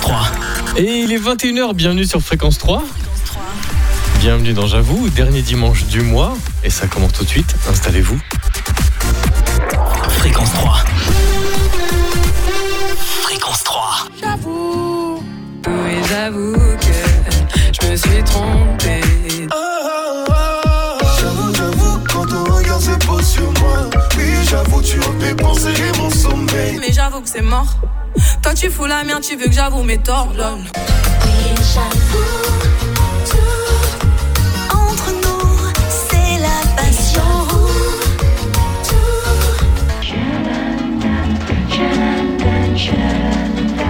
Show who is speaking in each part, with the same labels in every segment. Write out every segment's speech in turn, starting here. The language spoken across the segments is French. Speaker 1: 3.
Speaker 2: Et il est 21h, bienvenue sur Fréquence 3. Bienvenue dans J'avoue, dernier dimanche du mois. Et ça commence tout de suite, installez-vous.
Speaker 1: Fréquence 3. Fréquence 3.
Speaker 3: J'avoue, oui, j'avoue que je me suis trompée.
Speaker 4: J'avoue, j'avoue, quand ton regard se pose sur moi. Oui, j'avoue, tu as mes pensées et mon sommeil.
Speaker 3: Mais j'avoue que c'est mort. Toi, tu fous la merde, tu veux que j'avoue mes torts, lol.
Speaker 5: Oui, j'avoue, tout entre nous, c'est la passion. Tout,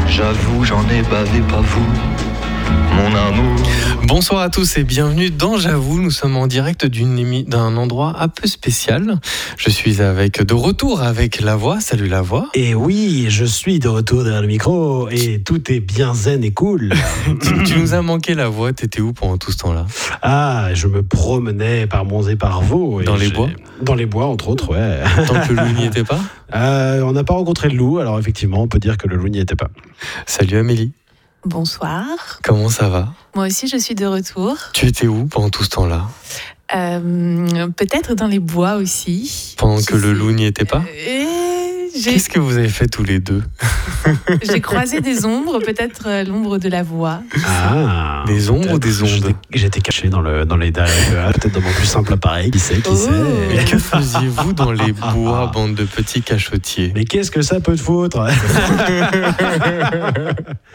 Speaker 6: J'avoue, j'en ai bavé, Eh ben, pas vous, mon amour.
Speaker 2: Bonsoir à tous et bienvenue dans J'avoue. Nous sommes en direct d'une émi- d'un endroit un peu spécial. Je suis avec de retour avec La Voix. Salut La Voix.
Speaker 7: Et oui, je suis de retour derrière le micro et tout est bien zen et cool.
Speaker 2: tu, tu nous as manqué La Voix. T'étais où pendant tout ce temps-là
Speaker 7: Ah, je me promenais par Mons et par Vaux. et
Speaker 2: Dans les
Speaker 7: j'ai-
Speaker 2: bois
Speaker 7: Dans les bois, entre autres, ouais.
Speaker 2: Tant que Lou n'y était pas
Speaker 7: Euh, on n'a pas rencontré le loup, alors effectivement, on peut dire que le loup n'y était pas.
Speaker 2: Salut Amélie.
Speaker 8: Bonsoir.
Speaker 2: Comment ça va
Speaker 8: Moi aussi, je suis de retour.
Speaker 2: Tu étais où pendant tout ce temps-là
Speaker 8: Euh, Peut-être dans les bois aussi.
Speaker 2: Pendant
Speaker 8: Qui
Speaker 2: que le
Speaker 8: sait
Speaker 2: loup n'y était pas
Speaker 8: Euh, J'ai
Speaker 2: Qu'est-ce que vous avez fait tous les deux
Speaker 8: j'ai croisé des ombres, peut-être euh, l'ombre de la voix.
Speaker 7: Ah
Speaker 2: Des ombres ou des
Speaker 7: J'étais-
Speaker 2: ondes
Speaker 7: J'étais caché dans, le, dans les dalles, euh, peut-être dans mon plus simple appareil, qui sait, qui
Speaker 8: Oh.
Speaker 2: Mais
Speaker 7: sait.
Speaker 2: que faisiez-vous dans les bois, bande de petits cachotiers
Speaker 7: Mais qu'est-ce que ça peut te foutre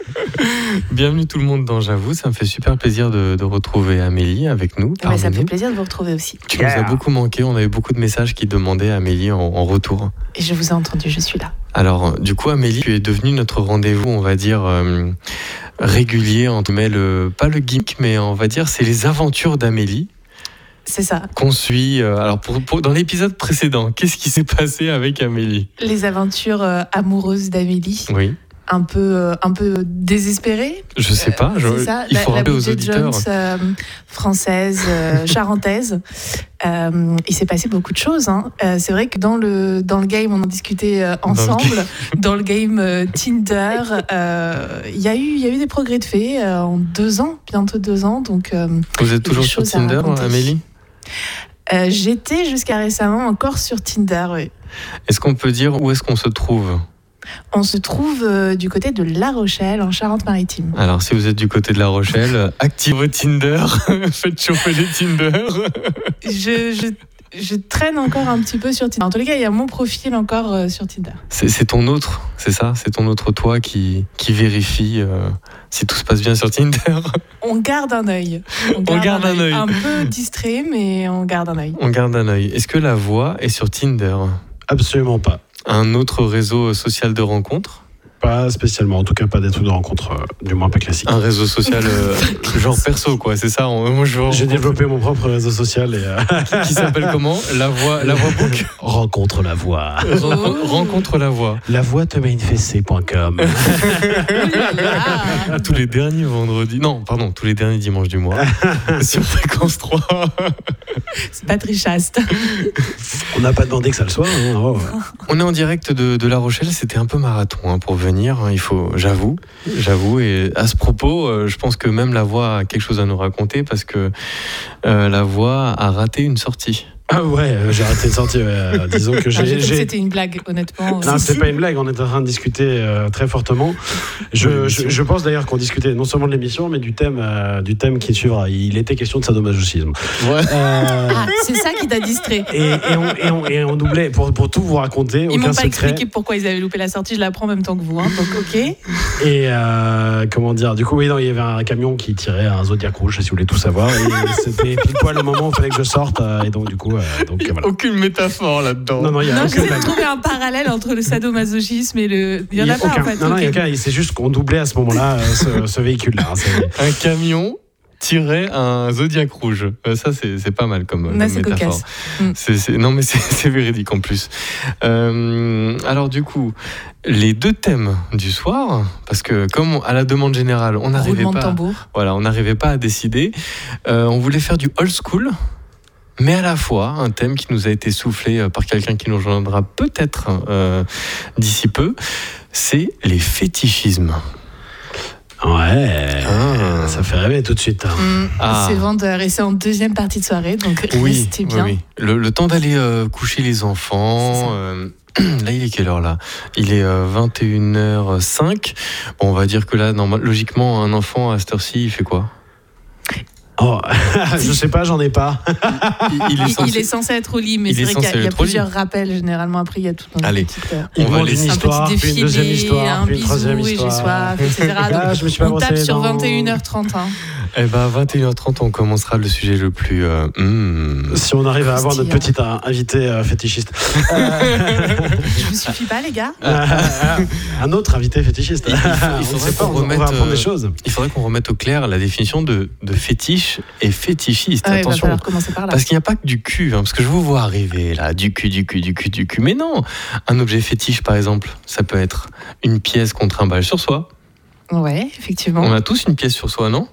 Speaker 2: Bienvenue tout le monde dans J'avoue, ça me fait super plaisir de, de retrouver Amélie avec nous.
Speaker 8: Mais ça
Speaker 2: parmi
Speaker 8: me fait
Speaker 2: nous.
Speaker 8: plaisir de vous retrouver aussi.
Speaker 2: Tu nous as beaucoup manqué, on avait beaucoup de messages qui demandaient à Amélie en, en retour.
Speaker 8: Et je vous ai entendu, je suis là.
Speaker 2: Alors, euh, du coup, Amélie, tu es devenue notre rendez-vous, on va dire, euh, régulier, entre guillemets, le- pas le geek, mais on va dire, c'est les aventures d'Amélie
Speaker 8: C'est ça.
Speaker 2: qu'on suit. euh, alors, pour- pour- dans l'épisode précédent, qu'est-ce qui s'est passé avec Amélie
Speaker 8: Les aventures euh, amoureuses d'Amélie,
Speaker 2: Oui,
Speaker 8: un peu, euh, un peu désespérées.
Speaker 2: je sais pas, Ah, je-
Speaker 8: Euh, C'est ça,
Speaker 2: il
Speaker 8: la,
Speaker 2: faut
Speaker 8: la
Speaker 2: rappeler aux
Speaker 8: Bridget
Speaker 2: auditeurs.
Speaker 8: Jones euh, française, euh, charentaise. Euh, il s'est passé beaucoup de choses. hein. Euh, c'est vrai que dans le, dans le game, on en discutait
Speaker 2: le
Speaker 8: euh, ensemble. Dans le, game euh, Tinder, euh, il y, a eu- il y a eu des progrès de fait euh, en deux ans, bientôt deux ans. Donc, euh,
Speaker 2: Vous êtes
Speaker 8: des
Speaker 2: toujours sur
Speaker 8: choses à
Speaker 2: Tinder,
Speaker 8: raconter.
Speaker 2: Amélie
Speaker 8: euh, j'étais jusqu'à récemment encore sur Tinder. oui.
Speaker 2: Est-ce qu'on peut dire où est-ce qu'on se trouve
Speaker 8: On se trouve euh, du côté de La Rochelle, en Charente-Maritime.
Speaker 2: Alors, si vous êtes du côté de La Rochelle, euh, activez Tinder, faites chauffer les Tinder.
Speaker 8: Je, je, je traîne encore un petit peu sur Tinder. En tous les cas, il y a mon profil encore euh, sur Tinder.
Speaker 2: C'est c'est ton autre, c'est ça C'est ton autre toi qui, qui vérifie euh, si tout se passe bien sur Tinder.
Speaker 8: On garde un œil.
Speaker 2: garde un œil.
Speaker 8: Un peu distrait, mais on garde un œil.
Speaker 2: On garde un œil. Est-ce que la voix est sur Tinder
Speaker 7: Absolument pas.
Speaker 2: Un autre réseau social de rencontre
Speaker 7: Pas spécialement, en tout cas pas des trucs de rencontre, euh, du moins pas classique.
Speaker 2: Un réseau social euh, genre perso, quoi, c'est ça on- Moi, je veux-
Speaker 7: J'ai développé mon propre réseau social et euh,
Speaker 2: Qui s'appelle comment La voix, la voix book
Speaker 7: rencontre la voix.
Speaker 8: Oh.
Speaker 2: Ren- Rencontre la voix.
Speaker 7: Lavoie-te-met-une-fessée.com
Speaker 2: Tous les derniers vendredis. Non, pardon, tous les derniers dimanches du mois. sur Fréquence 3.
Speaker 8: C'est pas très chaste.
Speaker 7: On n'a pas demandé que ça le soit. hein, oh.
Speaker 2: On est en direct de, de La Rochelle, c'était un peu marathon hein, pour venir, hein, il faut, j'avoue, j'avoue. Et à ce propos, euh, je pense que même la voix a quelque chose à nous raconter parce que euh, la voix a raté une sortie.
Speaker 7: Ah ouais, euh, j'ai arrêté de sortir. ouais, euh, disons que
Speaker 8: Enfin, je
Speaker 7: j'ai.
Speaker 8: trouve que
Speaker 7: j'ai-
Speaker 8: C'était une blague, honnêtement.
Speaker 7: Non, c'était pas une blague, on était en train de discuter euh, très fortement. Je, je- je pense d'ailleurs qu'on discutait non seulement de l'émission, mais du thème, euh, du thème qui suivra. Il était question de sadomasochisme. Euh,
Speaker 8: Ah, c'est ça qui t'a distrait.
Speaker 7: et, et on, et, on, et on doublait, pour, pour tout vous raconter,
Speaker 8: Ils
Speaker 7: aucun
Speaker 8: m'ont pas
Speaker 7: secret.
Speaker 8: expliqué pourquoi ils avaient loupé la sortie, je la prends en même temps que vous. hein, donc, ok.
Speaker 7: Et euh, comment dire, du coup, oui, non, il y avait un camion qui tirait un Zodiac rouge, si vous voulez tout savoir. Et c'était pile poil le moment où il fallait que je sorte. euh, et donc, du coup, euh, donc, voilà.
Speaker 2: Aucune métaphore là-dedans.
Speaker 7: Non, non, il y a
Speaker 8: Non,
Speaker 7: aucun.
Speaker 8: j'essaie de trouver un parallèle entre le sadomasochisme et le. Il y en a, pas,
Speaker 7: aucun.
Speaker 8: en fait.
Speaker 7: Non, non, il y a
Speaker 8: ok.
Speaker 7: aucun. C'est juste qu'on doublait à ce moment-là euh, ce, ce véhicule-là. hein, c'est-
Speaker 2: Un camion tirait un zodiaque rouge. Euh, ça, c'est c'est pas mal comme,
Speaker 8: Là,
Speaker 2: comme
Speaker 8: c'est
Speaker 2: métaphore.
Speaker 8: cocasse. Mm.
Speaker 2: C'est- c'est- non, mais c'est- c'est véridique en plus. Euh, alors, du coup, les deux thèmes du soir, parce que comme on- à la demande générale, on n'arrivait
Speaker 8: Roulement de
Speaker 2: pas.
Speaker 8: tambour.
Speaker 2: Voilà, on n'arrivait pas à décider. Euh, on voulait faire du old school, mais à la fois un thème qui nous a été soufflé euh, par quelqu'un qui nous rejoindra peut-être euh, d'ici peu, c'est les fétichismes.
Speaker 7: Ouais,
Speaker 2: Ah.
Speaker 7: ça fait rêver tout de suite. hein.
Speaker 8: Mm.
Speaker 2: Ah.
Speaker 8: C'est vendeur et c'est en deuxième partie de soirée, donc
Speaker 2: Oui,
Speaker 8: restez
Speaker 2: oui,
Speaker 8: bien.
Speaker 2: oui. Le, le temps d'aller euh, coucher les
Speaker 8: C'est ça.
Speaker 2: enfants. euh, là, il est quelle heure là Il est euh, 21h05. Bon, on va dire que là, normal- logiquement, un enfant à cette heure-ci, il fait quoi
Speaker 7: Oh, je sais pas, j'en ai pas.
Speaker 8: Ah, Il,
Speaker 2: est
Speaker 8: il
Speaker 2: censé-
Speaker 8: est censé être au lit, mais
Speaker 2: il est
Speaker 8: c'est vrai qu'il y a-
Speaker 2: censé
Speaker 8: il y a,
Speaker 2: être au lit.
Speaker 8: plusieurs rappels généralement. Après, il y a tout un
Speaker 2: Allez.
Speaker 8: petit, euh,
Speaker 7: Il
Speaker 2: On va
Speaker 7: demande
Speaker 2: laisser-
Speaker 7: une
Speaker 8: un
Speaker 7: histoire,
Speaker 8: petit
Speaker 7: puis une
Speaker 8: défilé,
Speaker 7: deuxième histoire,
Speaker 8: un
Speaker 7: puis une
Speaker 8: bisou,
Speaker 7: troisième
Speaker 8: et j'ai
Speaker 7: histoire.
Speaker 8: soif, etc.
Speaker 7: Ah,
Speaker 8: Donc,
Speaker 7: je me suis pas
Speaker 8: on tape
Speaker 7: brossé les
Speaker 8: sur
Speaker 7: dents.
Speaker 8: 21h30. hein.
Speaker 2: Eh ben, 21h30, on commencera le sujet le plus. euh, hmm.
Speaker 7: Si on arrive à avoir notre
Speaker 8: Croustillant.
Speaker 7: petite euh, invitée euh, fétichiste.
Speaker 8: Je vous suffis pas, les gars
Speaker 7: Ah. Un autre invité fétichiste.
Speaker 2: Il- il faut- il
Speaker 7: On ne
Speaker 2: faudrait
Speaker 7: sait pas,
Speaker 2: qu'on
Speaker 7: on- on va
Speaker 2: remette,
Speaker 7: apprendre
Speaker 2: euh,
Speaker 7: des choses.
Speaker 2: Il faudrait qu'on remette au clair la définition de, de fétiche et fétichiste.
Speaker 8: Ouais, Il va
Speaker 2: Attention.
Speaker 8: falloir commencer par là.
Speaker 2: Parce qu'il n'y a pas que du cul, hein, parce que je vous vois arriver là, du cul, du cul, du cul, du cul. Mais non, un objet fétiche par exemple, ça peut être une pièce qu'on trimballe sur soi.
Speaker 8: Ouais, effectivement.
Speaker 2: On a tous une pièce sur soi, non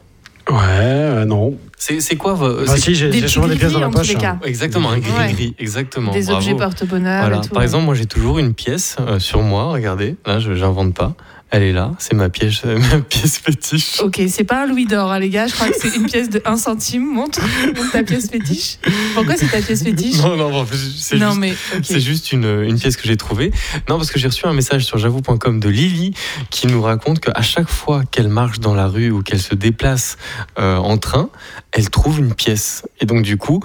Speaker 7: Ouais, euh, non.
Speaker 2: C'est c'est quoi vo-
Speaker 7: Bah
Speaker 2: c'est-
Speaker 7: si, j'ai
Speaker 8: Des
Speaker 7: j'ai souvent
Speaker 8: petits
Speaker 7: des pièces dans la
Speaker 8: livres, en tous
Speaker 7: poche. hein.
Speaker 8: les cas.
Speaker 2: Exactement, un
Speaker 8: Ouais.
Speaker 2: gris-gris, exactement.
Speaker 8: Des
Speaker 2: bravo.
Speaker 8: objets porte-bonheur.
Speaker 2: Voilà.
Speaker 8: et tout, hein.
Speaker 2: Par
Speaker 8: ouais.
Speaker 2: exemple, moi j'ai toujours une pièce euh, sur moi, regardez, là je j'invente pas. Elle est là, c'est ma pièce, ma pièce fétiche.
Speaker 8: Ok, c'est pas un louis d'or, hein, les gars. Je crois que c'est une pièce de 1 centime. Montre, montre ta pièce fétiche. Pourquoi c'est ta pièce fétiche
Speaker 2: Non, non, bon, c'est
Speaker 8: Non,
Speaker 2: juste
Speaker 8: mais ok.
Speaker 2: C'est juste une, une pièce que j'ai trouvée. Non, parce que j'ai reçu un message sur javou.com de Lily qui nous raconte qu'à chaque fois qu'elle marche dans la rue ou qu'elle se déplace euh, en train, elle trouve une pièce. Et donc, du coup,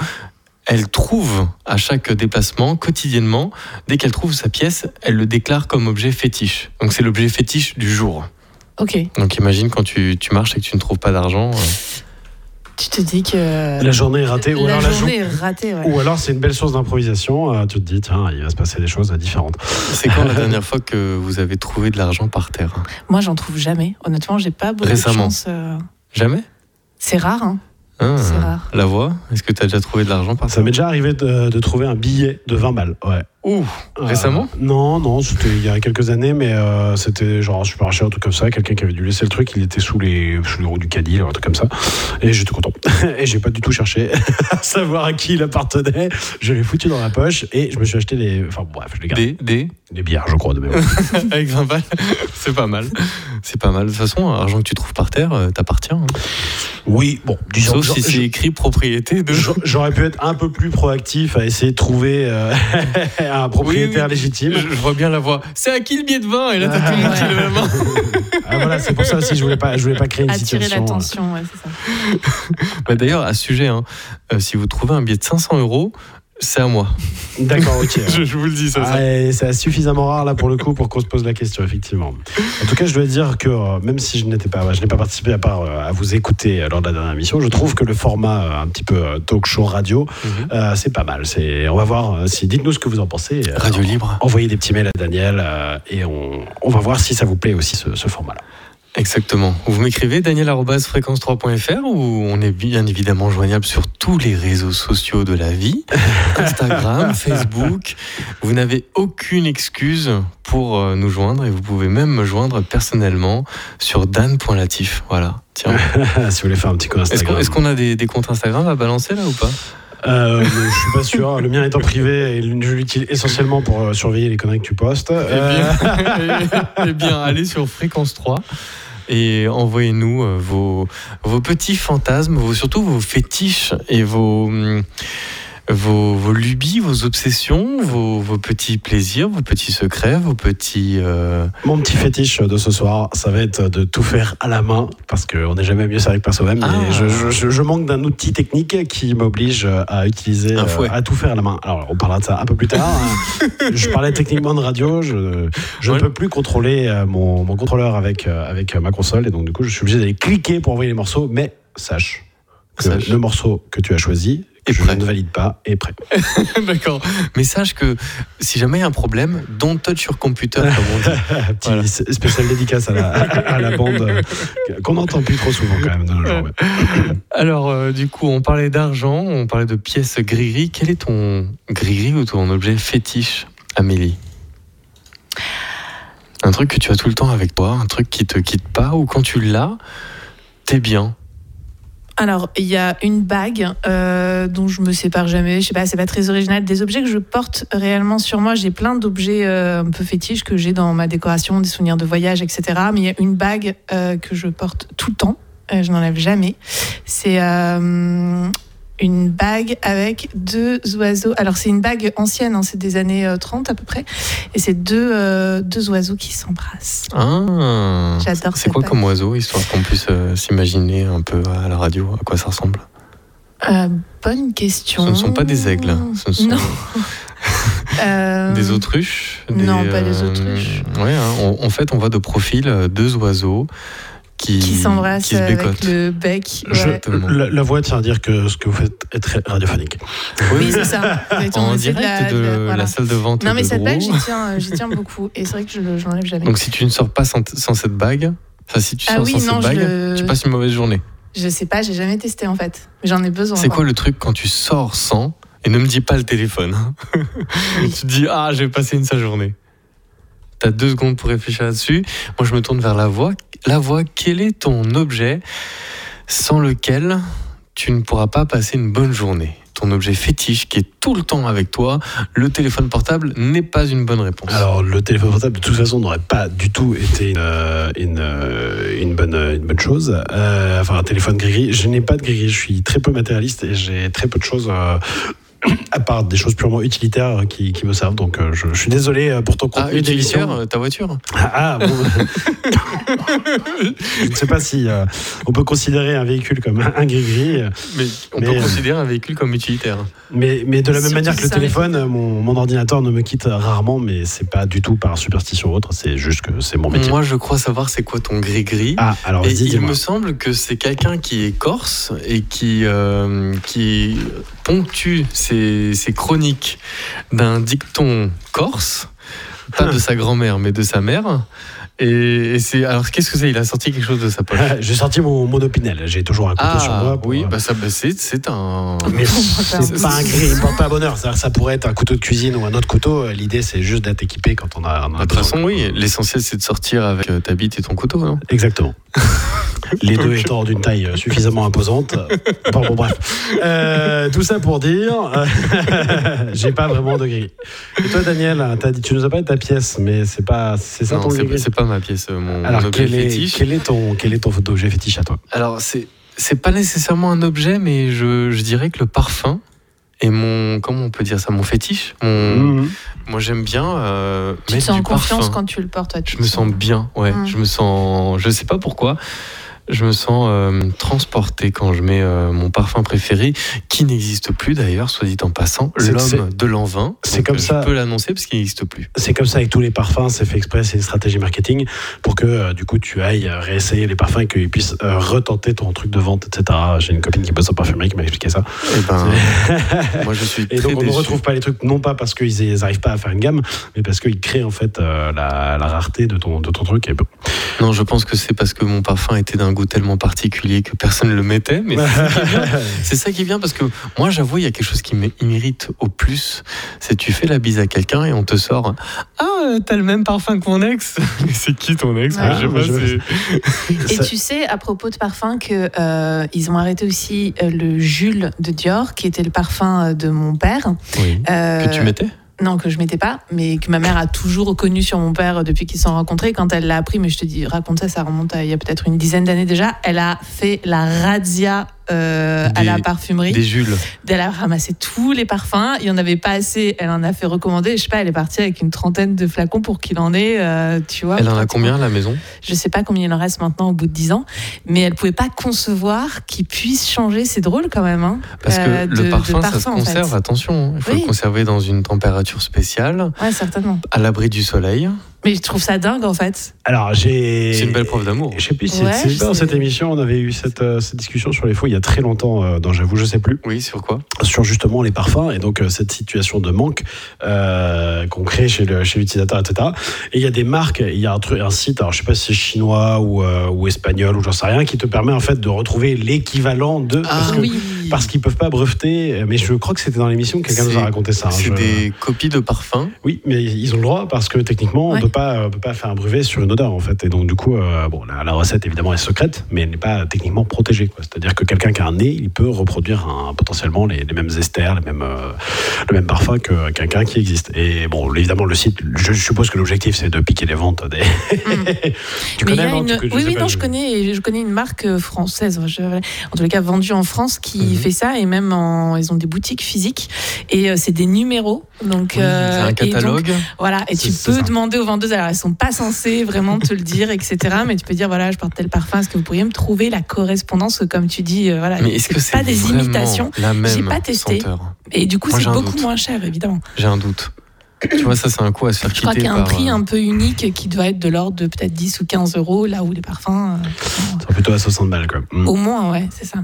Speaker 2: elle trouve à chaque déplacement, quotidiennement, dès qu'elle trouve sa pièce, elle le déclare comme objet fétiche. Donc, c'est l'objet fétiche du jour.
Speaker 8: Ok,
Speaker 2: Donc, imagine quand tu, tu marches et que tu ne trouves pas d'argent. euh,
Speaker 8: tu te dis que
Speaker 7: La journée est ratée. ou
Speaker 8: la
Speaker 7: alors la journée.
Speaker 8: journée est ratée. ouais.
Speaker 7: Ou alors c'est une belle source d'improvisation, euh, tu te dis tiens il va se passer des choses euh, différentes.
Speaker 2: C'est quand la dernière fois que vous avez trouvé de l'argent par terre
Speaker 8: Moi, j'en trouve jamais. Honnêtement, j'ai pas beaucoup de
Speaker 2: Récemment.
Speaker 8: chance. euh,
Speaker 2: Jamais
Speaker 8: C'est rare, hein.
Speaker 2: Hein
Speaker 8: C'est rare.
Speaker 2: La voix Est-ce que tu as déjà trouvé de l'argent par
Speaker 7: Ça
Speaker 2: terre
Speaker 7: m'est déjà arrivé de, de trouver un billet de 20 balles. Ouais.
Speaker 2: Ouh,
Speaker 7: Euh,
Speaker 2: Récemment
Speaker 7: Non, non, c'était il y a quelques années, mais euh, c'était genre un supermarché, un truc comme ça. Quelqu'un qui avait dû laisser le truc, il était sous les, sous les roues du caddie, un truc comme ça. Et j'étais content. Et j'ai pas du tout cherché à savoir à qui il appartenait. Je l'ai foutu dans la poche et je me suis acheté des. Enfin bref, je l'ai gardé.
Speaker 2: des, des,
Speaker 7: Des bières, je crois, de mémoire.
Speaker 2: avec 20 balles, c'est pas mal. C'est pas mal. De toute façon, l'argent que tu trouves par terre, euh, t'appartient. hein.
Speaker 7: oui, bon, disons
Speaker 2: Sauf si
Speaker 7: que j'en-
Speaker 2: c'est écrit propriété de.
Speaker 7: j'en- J'aurais pu être un peu plus proactif à essayer de trouver euh, un propriétaire
Speaker 2: Oui, oui. Je,
Speaker 7: légitime.
Speaker 2: je vois bien la voix. C'est à qui le billet de vin Et là, t'as tout le monde
Speaker 8: Ouais.
Speaker 2: qui lève la main.
Speaker 7: Ah, voilà, c'est pour ça aussi, je voulais pas, je voulais pas créer une
Speaker 8: Attirer
Speaker 7: situation. euh,
Speaker 8: l'attention, ouais, c'est ça.
Speaker 2: Bah, D'ailleurs, à ce sujet, hein, euh, si vous trouvez un billet de 500 euros, c'est à moi.
Speaker 7: D'accord, ok.
Speaker 2: Je, je vous le dis, ça. ça.
Speaker 7: Ah, et c'est suffisamment rare là pour le coup pour qu'on se pose la question effectivement. En tout cas, je dois dire que euh, même si je n'étais pas, je n'ai pas participé à part euh, à vous écouter euh, lors de la dernière émission, je trouve que le format euh, un petit peu euh, talk-show radio,
Speaker 2: Mhm.
Speaker 7: euh, c'est pas mal. C'est, on va voir euh, si, dites-nous ce que vous en pensez. euh,
Speaker 2: Radio libre.
Speaker 7: Envoyez des petits mails à Daniel euh, et on, on va voir si ça vous plaît aussi ce, ce format-là.
Speaker 2: Exactement. Vous m'écrivez daniel.fréquence3.fr où on est bien évidemment joignable sur tous les réseaux sociaux de la vie Instagram, Facebook. Vous n'avez aucune excuse pour euh, nous joindre et vous pouvez même me joindre personnellement sur dan.latif. Voilà. Tiens.
Speaker 7: si vous voulez faire un petit coup
Speaker 2: Est-ce qu'on
Speaker 7: Instagram.
Speaker 2: est-ce qu'on a des, des comptes Instagram à balancer là ou pas
Speaker 7: Euh, je suis pas sûr. Le mien est en privé et je l'utilise essentiellement pour euh, surveiller les conneries que tu postes. Euh,
Speaker 2: Eh bien, allez sur Fréquence 3 et envoyez-nous euh, vos, vos petits fantasmes, vos, surtout vos fétiches et vos, hum, vos, vos lubies, vos obsessions, vos, vos petits plaisirs, vos petits secrets, vos petits... euh,
Speaker 7: Mon petit fétiche de ce soir, ça va être de tout faire à la main, parce qu'on n'est jamais mieux servi que par soi-même.
Speaker 2: Ah.
Speaker 7: mais Je, je- je- je manque d'un outil technique qui m'oblige à utiliser,
Speaker 2: Un
Speaker 7: euh,
Speaker 2: fouet.
Speaker 7: à tout faire à la main. Alors, on parlera de ça un peu plus tard. hein. je parlais techniquement de radio, je, je
Speaker 2: Ouais.
Speaker 7: ne peux plus contrôler euh, mon, mon contrôleur avec, euh, avec euh, ma console, et donc du coup, je suis obligé d'aller cliquer pour envoyer les morceaux, mais sache que
Speaker 2: Sache.
Speaker 7: le morceau que tu as choisi,
Speaker 2: Est
Speaker 7: que je
Speaker 2: prêt.
Speaker 7: ne valide pas, est prêt.
Speaker 2: D'accord. Mais sache que si jamais il y a un problème, don't touch your computer, comme on dit.
Speaker 7: Petit
Speaker 2: Voilà.
Speaker 7: spécial dédicace à la, à la bande euh, qu'on n'entend plus trop souvent quand même de nos jours. ouais.
Speaker 2: Alors, euh, du coup, on parlait d'argent, on parlait de pièces gris-gris. Quel est ton gris-gris ou ton objet fétiche, Amélie Un truc que tu as tout le temps avec toi, un truc qui te quitte pas, ou quand tu l'as, t'es bien.
Speaker 8: Alors, il y a une bague euh, dont je me sépare jamais. Je sais pas, c'est pas très original. Des objets que je porte réellement sur moi. J'ai plein d'objets euh, un peu fétiches que j'ai dans ma décoration, des souvenirs de voyage, etc. Mais il y a une bague euh, que je porte tout le temps. Euh, je n'enlève jamais. C'est euh, une bague avec deux oiseaux. Alors, c'est une bague ancienne, hein, c'est des années euh, 30 à peu près. Et c'est deux, euh, deux oiseaux qui s'embrassent.
Speaker 2: Ah
Speaker 8: J'adore
Speaker 2: C'est
Speaker 8: cette
Speaker 2: quoi
Speaker 8: bague.
Speaker 2: comme oiseau, histoire qu'on puisse euh, s'imaginer un peu à la radio à quoi ça ressemble
Speaker 8: Euh, Bonne question.
Speaker 2: Ce ne sont pas
Speaker 8: Oh.
Speaker 2: des aigles, hein. ce sont
Speaker 8: Non. Euh,
Speaker 2: des autruches.
Speaker 8: non, pas des autruches.
Speaker 2: euh, ouais, hein, on- en fait, on voit de profil euh, deux oiseaux qui,
Speaker 8: Qui s'embrassent
Speaker 2: qui se
Speaker 8: avec
Speaker 2: bécotent.
Speaker 8: le bec.
Speaker 7: Je-
Speaker 8: ouais.
Speaker 2: Exactement.
Speaker 7: la, la voix tient à dire que ce que vous faites est très radiophonique.
Speaker 2: Oui,
Speaker 8: Oui,
Speaker 2: oui.
Speaker 8: c'est ça. Exactement,
Speaker 2: en
Speaker 8: c'est de
Speaker 2: direct
Speaker 8: la-
Speaker 2: de,
Speaker 8: de la-
Speaker 2: la,
Speaker 8: voilà.
Speaker 2: salle de vente.
Speaker 8: Non, mais
Speaker 2: de
Speaker 8: cette
Speaker 2: Drouot.
Speaker 8: bague, j'y tiens, euh, j'y tiens beaucoup. Et c'est vrai que je le- je n'enlève jamais.
Speaker 2: Donc si tu ne sors pas sans, sans cette bague, enfin si tu
Speaker 8: Ah
Speaker 2: sors
Speaker 8: oui,
Speaker 2: sans
Speaker 8: non, je
Speaker 2: cette bague,
Speaker 8: le-
Speaker 2: tu passes une mauvaise journée.
Speaker 8: Je sais pas, j'ai jamais testé en fait. Mais J'en ai besoin.
Speaker 2: C'est quoi le truc quand tu sors sans et ne me dis pas le téléphone hein. Tu te dis ah j'ai passé une sale journée. T'as deux secondes pour réfléchir là-dessus. Moi je me tourne vers la voix. La voix, quel est ton objet sans lequel tu ne pourras pas passer une bonne journée Ton objet fétiche qui est tout le temps avec toi. Le téléphone portable n'est pas une bonne réponse.
Speaker 7: Alors, le téléphone portable, de toute façon, n'aurait pas du tout été une, euh, une, euh, une bonne, euh, une bonne chose. Euh, enfin, un téléphone gris-gris. Je n'ai pas de gris-gris. Je suis très peu matérialiste et j'ai très peu de choses. euh, à part des choses purement utilitaires euh, qui, qui me servent, donc euh, je, je suis désolé euh, pour ton
Speaker 2: ah,
Speaker 7: contenu d'émission.
Speaker 2: utilitaire, euh, ta voiture
Speaker 7: Ah, ah, bon. je ne sais pas si euh, on peut considérer un véhicule comme un un gris-gris, euh,
Speaker 2: Mais on
Speaker 7: Mais,
Speaker 2: peut
Speaker 7: euh,
Speaker 2: considérer un véhicule comme utilitaire.
Speaker 7: mais, mais de la même
Speaker 8: Surtout
Speaker 7: manière que le
Speaker 8: ça.
Speaker 7: téléphone, euh, mon, mon ordinateur ne me quitte rarement, mais c'est pas du tout par superstition ou autre, c'est juste que c'est mon métier.
Speaker 2: Moi, je crois savoir c'est quoi ton gris-gris.
Speaker 7: Ah, alors
Speaker 2: Et
Speaker 7: vas-y,
Speaker 2: il
Speaker 7: dis-moi.
Speaker 2: me semble que c'est quelqu'un qui est corse et qui, euh, qui ponctue ses, ses chroniques d'un dicton corse, pas de sa grand-mère, mais de sa mère. Et, et c'est. Alors, qu'est-ce que c'est Il a sorti quelque chose de sa poche.
Speaker 7: J'ai sorti mon, mon opinel, j'ai toujours un couteau sur
Speaker 2: Ah,
Speaker 7: moi. pour,
Speaker 2: oui,
Speaker 7: euh,
Speaker 2: bah ça, bah, c'est c'est un.
Speaker 7: mais
Speaker 8: c'est-
Speaker 7: c'est pas un gris, il porte pas à bonheur. c'est-à-dire que Ça pourrait être un couteau de cuisine ou un autre couteau. euh, L'idée, c'est juste d'être équipé quand on a. on
Speaker 2: Bah,
Speaker 7: a
Speaker 2: De toute
Speaker 7: besoin.
Speaker 2: façon, oui, l'essentiel c'est de sortir avec euh, ta bite et ton couteau, non
Speaker 7: Exactement. Les deux étant d'une taille euh, suffisamment imposante. Bon, bon, bref. Euh, tout ça pour dire, euh, j'ai pas vraiment de gris. Et toi, Daniel, t'as dit, tu nous as parlé de ta pièce, mais c'est pas, c'est ça
Speaker 2: Non,
Speaker 7: ton
Speaker 2: c'est
Speaker 7: gris.
Speaker 2: c'est pas ma pièce, euh, mon, mon
Speaker 7: Alors,
Speaker 2: objet
Speaker 7: quel est,
Speaker 2: fétiche.
Speaker 7: quel est ton, quel est ton objet fétiche à toi
Speaker 2: Alors, c'est, c'est pas nécessairement un objet, mais je, je dirais que le parfum est mon. Comment on peut dire ça Mon fétiche. Mon-
Speaker 7: Mhm.
Speaker 2: Moi, j'aime bien euh,
Speaker 8: Tu te
Speaker 2: mettre
Speaker 8: sens
Speaker 2: du
Speaker 8: en confiance
Speaker 2: parfum.
Speaker 8: quand tu le portes, toi. tu
Speaker 2: Je me
Speaker 8: te
Speaker 2: sens bien, ouais.
Speaker 8: Mm.
Speaker 2: Je me sens. Je sais pas pourquoi. Je me sens euh, transporté quand je mets euh, mon parfum préféré, qui n'existe plus d'ailleurs, soit dit en passant,
Speaker 7: C'est-
Speaker 2: l'homme
Speaker 7: c'est-
Speaker 2: de l'an 20.
Speaker 7: c'est
Speaker 2: Donc,
Speaker 7: comme
Speaker 2: euh,
Speaker 7: ça.
Speaker 2: Je peux l'annoncer parce qu'il n'existe plus.
Speaker 7: C'est comme ça avec tous les parfums, c'est fait exprès, c'est une stratégie marketing pour que euh, du coup tu ailles euh, réessayer les parfums et qu'ils puissent euh, retenter ton truc de vente, etc. J'ai une copine qui bosse en parfumerie qui m'a expliqué ça.
Speaker 2: Et ben, moi, je suis
Speaker 7: Eh Et
Speaker 2: très
Speaker 7: donc on ne
Speaker 2: déçu.
Speaker 7: retrouve pas les trucs, non pas parce qu'ils n'arrivent pas à faire une gamme, mais parce qu'ils créent en fait euh, la, la rareté de ton, de ton truc. Et bon.
Speaker 2: Non, je pense que c'est parce que mon parfum était d'un goût tellement particulier que personne ne le mettait. Mais c'est ça qui est bien. c'est ça qui est bien parce que moi, j'avoue, il y a quelque chose qui m'é- m'irrite au plus. C'est tu fais la bise à quelqu'un et on te sort Ah, euh, t'as le même parfum que mon ex. Mais c'est qui ton ex
Speaker 8: Ah,
Speaker 2: Je sais
Speaker 7: moi,
Speaker 2: pas,
Speaker 7: je-
Speaker 2: c'est-
Speaker 8: Et
Speaker 7: Ça-
Speaker 8: tu sais, à propos de parfum, que euh, ils ont arrêté aussi euh, le Jules de Dior, qui était le parfum euh, de mon père. Euh,
Speaker 2: Que tu mettais
Speaker 8: Non, que je mettais pas, mais que ma mère a toujours reconnu sur mon père depuis qu'ils se sont rencontrés. Quand elle l'a appris, mais je te dis, raconte ça, ça remonte à il y a peut-être une dizaine d'années déjà. Elle a fait la razzia euh, à
Speaker 2: Des-
Speaker 8: la parfumerie.
Speaker 2: Des Jules.
Speaker 8: Elle a ramassé tous les parfums. Il n'y en avait pas assez. Elle en a fait recommander. Je sais pas, elle est partie avec une trentaine de flacons pour qu'il en ait, euh, tu vois.
Speaker 2: Elle en a combien à la maison
Speaker 8: Je sais pas combien il en reste maintenant au bout de 10 ans. Mais elle pouvait pas concevoir qu'il puisse changer. C'est drôle quand même. hein.
Speaker 2: Parce que
Speaker 8: Euh, de-
Speaker 2: le
Speaker 8: de
Speaker 2: parfum, ça se
Speaker 8: parfum, en fait.
Speaker 2: conserve, attention. hein. Il faut
Speaker 8: Oui.
Speaker 2: le conserver dans une température spéciale,
Speaker 8: Ouais, certainement.
Speaker 2: à l'abri du soleil.
Speaker 8: Mais je trouve ça dingue en fait.
Speaker 7: Alors j'ai.
Speaker 2: C'est une belle preuve d'amour.
Speaker 7: Je sais plus, c'est
Speaker 8: Ouais,
Speaker 7: c'est dans
Speaker 8: c'est-
Speaker 7: cette émission, on avait eu cette, euh, cette discussion sur les faux il y a très longtemps, euh, dans J'avoue, je sais plus.
Speaker 2: Oui, sur quoi
Speaker 7: sur justement les parfums et donc euh, cette situation de manque euh, qu'on crée chez le chez l'utilisateur etc et il y a des marques il y a un truc un site alors je sais pas si c'est chinois ou, euh, ou espagnol ou j'en sais rien qui te permet en fait de retrouver l'équivalent de
Speaker 8: Ah
Speaker 7: parce que- parce qu'ils peuvent pas breveter euh, mais je crois que c'était dans l'émission que quelqu'un nous
Speaker 2: C'est-
Speaker 7: a raconté ça hein,
Speaker 2: C'est
Speaker 7: je-
Speaker 2: des copies de parfums.
Speaker 7: oui mais ils ont le droit parce que techniquement on
Speaker 8: Ouais.
Speaker 7: peut pas, on peut pas faire un brevet sur une odeur en fait. Et donc du coup, euh, bon, la, la recette évidemment est secrète, mais elle n'est pas techniquement protégée. quoi. C'est-à-dire que quelqu'un qui a un nez, il peut reproduire un- potentiellement les, les mêmes esters, les mêmes, euh, le même parfum que quelqu'un qui existe. Et bon, évidemment, le site, je, je suppose que l'objectif c'est de piquer les ventes des. tu
Speaker 8: Mm. Mais il y a
Speaker 7: non,
Speaker 8: une-
Speaker 7: tu- je
Speaker 8: Oui,
Speaker 7: sais
Speaker 8: oui,
Speaker 7: pas,
Speaker 8: non, je connais, je connais une marque euh, française, je- en tous les cas vendue en France, qui
Speaker 2: Mhm.
Speaker 8: fait ça et même en- ils ont des boutiques physiques et euh, c'est des numéros. Donc,
Speaker 2: Oui, c'est
Speaker 8: euh,
Speaker 2: un
Speaker 8: et donc,
Speaker 2: catalogue.
Speaker 8: voilà, et
Speaker 7: C'est-
Speaker 8: tu
Speaker 7: c'est
Speaker 8: peux
Speaker 7: ça.
Speaker 8: demander aux vendeuses, alors elles sont pas censées vraiment te le dire, etc. Mais tu peux dire, voilà, je porte tel parfum, est-ce que vous pourriez me trouver la correspondance, comme tu dis, euh, voilà.
Speaker 2: mais est-ce que c'est
Speaker 8: pas des
Speaker 2: vraiment
Speaker 8: imitations
Speaker 2: La même
Speaker 8: pas testé.
Speaker 2: senteur
Speaker 8: Et du coup,
Speaker 2: Moi,
Speaker 8: c'est
Speaker 2: j'ai un
Speaker 8: beaucoup
Speaker 2: doute.
Speaker 8: moins cher, évidemment.
Speaker 2: J'ai un doute. Tu vois, ça, c'est un coup à se faire
Speaker 8: Je crois
Speaker 2: quitter
Speaker 8: qu'il y a un
Speaker 2: par,
Speaker 8: prix
Speaker 2: euh,
Speaker 8: un peu unique qui doit être de l'ordre de peut-être 10 ou 15 euros, là où les parfums, euh, sont,
Speaker 7: C'est plutôt à 60 balles quoi. Mm.
Speaker 8: euh, au moins, ouais, c'est ça.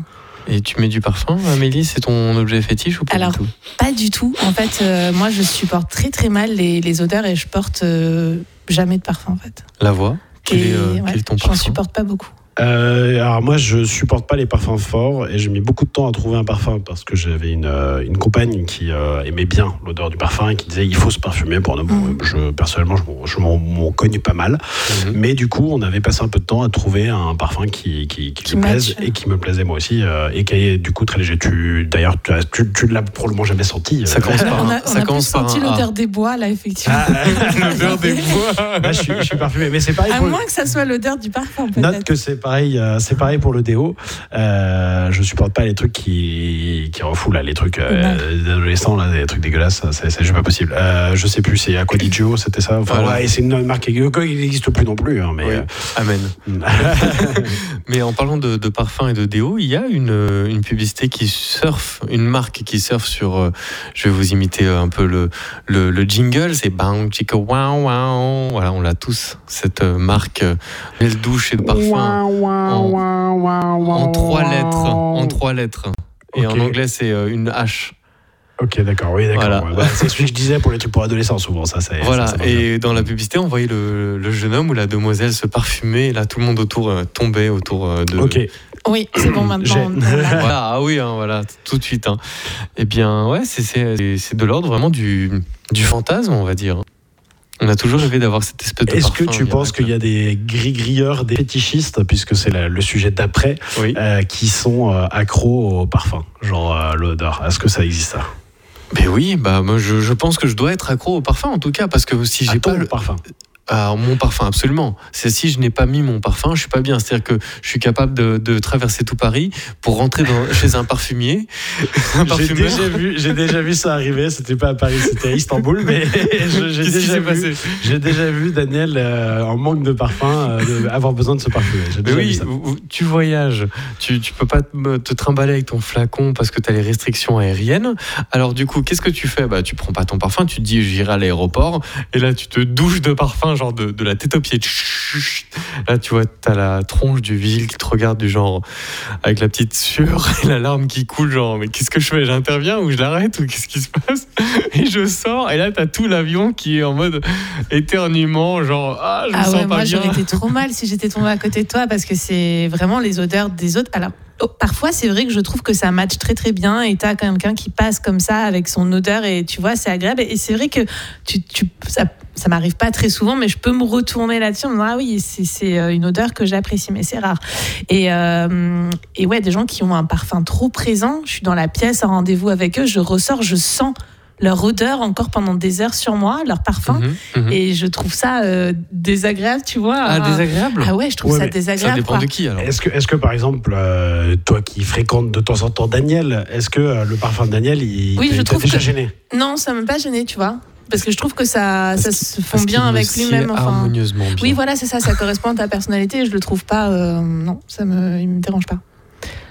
Speaker 2: Et tu mets du parfum, Amélie C'est ton objet fétiche ou pas
Speaker 8: Alors,
Speaker 2: du tout
Speaker 8: Pas du tout. En fait, euh, moi, je supporte très très mal les, les odeurs et je porte euh, jamais de parfum en fait.
Speaker 2: La voix quel,
Speaker 8: et
Speaker 2: est, euh,
Speaker 8: ouais,
Speaker 2: quel est ton
Speaker 8: J'en
Speaker 2: parfum
Speaker 8: supporte pas beaucoup.
Speaker 7: Euh, alors moi, je supporte pas les parfums forts et j'ai mis beaucoup de temps à trouver un parfum parce que j'avais une, euh, une compagne qui euh, aimait bien l'odeur du parfum et qui disait il faut se parfumer pour ne
Speaker 8: Mhm.
Speaker 7: je personnellement je m'en- je m'en- m'en cogne pas mal
Speaker 2: Mhm.
Speaker 7: mais du coup on avait passé un peu de temps à trouver un parfum qui qui, qui
Speaker 8: Qui
Speaker 7: lui
Speaker 8: match.
Speaker 7: plaise et qui me plaisait moi aussi euh, et qui est du coup très léger tu d'ailleurs tu, as- tu, tu l'as probablement jamais senti
Speaker 2: Ça
Speaker 7: euh,
Speaker 2: commence par
Speaker 8: Alors, on
Speaker 2: un,
Speaker 8: a, on
Speaker 2: Ah, ça
Speaker 8: a plus
Speaker 2: commence par un
Speaker 8: senti
Speaker 2: A. Ah,
Speaker 8: l'odeur des bois là, effectivement.
Speaker 2: L'odeur des bois.
Speaker 7: Là, je, suis, je suis parfumé mais c'est pareil
Speaker 8: à
Speaker 7: pour-
Speaker 8: moins que ça soit l'odeur du parfum
Speaker 7: Note
Speaker 8: peut-être.
Speaker 7: que c'est pareil, euh, c'est pareil pour le déo. Euh, je supporte pas les trucs qui, qui refouent là, les trucs euh, des adolescents là, les trucs dégueulasses, ça, c'est c'est juste pas possible. Euh, je sais plus, c'est Aquadigio, c'était ça. Enfin,
Speaker 2: Voilà.
Speaker 7: ouais, c'est une marque qui n'existe plus non plus. hein, mais
Speaker 2: Oui. Amen.
Speaker 7: euh,
Speaker 2: Mais en parlant de, de parfum et de déo, il y a une, euh, une publicité qui surfe, une marque qui surfe sur. euh, je vais vous imiter euh, un peu le, le, le jingle, c'est Bang Chica Wow Wow. Voilà, on l'a tous, cette euh, marque euh, belle douche et de parfum. en, en trois lettres. En trois lettres. Et
Speaker 7: Ok.
Speaker 2: en anglais, c'est euh, une H.
Speaker 7: ok, d'accord, oui, d'accord.
Speaker 2: Voilà.
Speaker 7: ouais, bah, c'est celui que je disais pour les trucs pour adolescents souvent. Ça, c'est-
Speaker 2: Voilà,
Speaker 7: ça, ça va bien.
Speaker 2: et dans la publicité, on voyait le, le jeune homme ou la demoiselle se parfumer, et là tout le monde autour euh, tombait autour euh, de.
Speaker 7: Ok,
Speaker 8: Oui, c'est bon
Speaker 7: J'ai-
Speaker 8: maintenant. on- on l'a.
Speaker 2: Voilà, ah oui, hein, voilà, tout de suite. hein. Eh bien, ouais, c'est- c'est c'est de l'ordre vraiment du, du fantasme, on va dire. On a toujours rêvé d'avoir cette espèce de
Speaker 7: est-ce
Speaker 2: parfum
Speaker 7: que tu penses qu'il
Speaker 2: miracle.
Speaker 7: y a des gris-grilleurs, des fétichistes, puisque c'est la- le sujet d'après,
Speaker 2: Oui.
Speaker 7: euh, qui sont euh, accros au parfum, genre euh, l'odeur. Est-ce que ça existe ça
Speaker 2: Mais oui, bah, moi, je, je pense que je dois être accro au parfum, en tout cas, parce que si j'ai
Speaker 7: À
Speaker 2: pas
Speaker 7: ton
Speaker 2: le,
Speaker 7: parfum.
Speaker 2: Ah, mon parfum, absolument. C'est si je n'ai pas mis mon parfum, je suis pas bien. C'est-à-dire que je suis capable de, de traverser tout Paris pour rentrer dans- chez un parfumier, un
Speaker 7: J'ai
Speaker 2: parfumeur.
Speaker 7: déjà vu, j'ai déjà vu ça arriver. C'était pas à Paris, c'était à Istanbul, mais je-
Speaker 2: Qu'est-ce
Speaker 7: j'ai
Speaker 2: qui
Speaker 7: déjà
Speaker 2: s'est
Speaker 7: vu.
Speaker 2: passé
Speaker 7: J'ai déjà vu Daniel euh, en manque de parfum, euh, de- avoir besoin de se parfumer. J'ai
Speaker 2: Mais
Speaker 7: déjà vu
Speaker 2: oui,
Speaker 7: ça.
Speaker 2: ou- ou- tu voyages, tu, tu peux pas te, me- te trimballer avec ton flacon parce que tu as les restrictions aériennes. Alors du coup, qu'est-ce que tu fais Bah tu prends pas ton parfum, tu te dis j'irai à l'aéroport et là tu te douches de parfum genre de, de la tête aux pieds. Chut. Là tu vois, tu as la tronche du vigile qui te regarde du genre avec la petite sueur et la larme qui coule genre mais qu'est-ce que je fais J'interviens ou je l'arrête ou qu'est-ce qui se passe Et je sors et là tu as tout l'avion qui est en mode éternuement genre ah je me
Speaker 8: Ah
Speaker 2: sens
Speaker 8: ouais,
Speaker 2: pas
Speaker 8: moi
Speaker 2: bien.
Speaker 8: j'aurais été trop mal si j'étais tombée à côté de toi parce que c'est vraiment les odeurs des autres. Alors oh, parfois c'est vrai que je trouve que ça match très très bien et t'as quelqu'un qui passe comme ça avec son odeur et tu vois c'est agréable et c'est vrai que tu, tu- ça, ça m'arrive pas très souvent mais je peux me retourner là-dessus en me disant ah oui c'est- c'est euh, une odeur que j'apprécie mais c'est rare. Et, euh, et ouais des gens qui ont un parfum trop présent, je suis dans la pièce en rendez-vous avec eux, je ressors, je sens leur odeur encore pendant des heures sur moi, leur parfum.
Speaker 2: Mhm, mhm.
Speaker 8: Et je trouve ça euh, désagréable, tu vois.
Speaker 2: Ah, désagréable
Speaker 8: Ah ouais, je trouve
Speaker 7: Ouais,
Speaker 8: ça
Speaker 7: mais
Speaker 2: Ça
Speaker 8: désagréable.
Speaker 2: dépend de
Speaker 8: quoi.
Speaker 2: qui alors.
Speaker 7: Est-ce que, est-ce que par exemple, euh, toi qui fréquentes de temps en temps Daniel, est-ce que euh, le parfum de Daniel, il
Speaker 8: Oui,
Speaker 7: t'a-
Speaker 8: je
Speaker 7: t'a
Speaker 8: trouve
Speaker 7: déjà
Speaker 8: que-
Speaker 7: gêné
Speaker 8: Non, ça m'a pas gêné, tu vois. Parce que je trouve que ça, ça se fond
Speaker 2: Parce qu'il
Speaker 8: bien
Speaker 2: me
Speaker 8: avec
Speaker 2: sied
Speaker 8: lui-même. Enfin.
Speaker 2: harmonieusement bien.
Speaker 8: Oui, voilà, c'est ça, ça correspond à ta personnalité. Je le trouve pas. euh, non, ça me, il me dérange pas.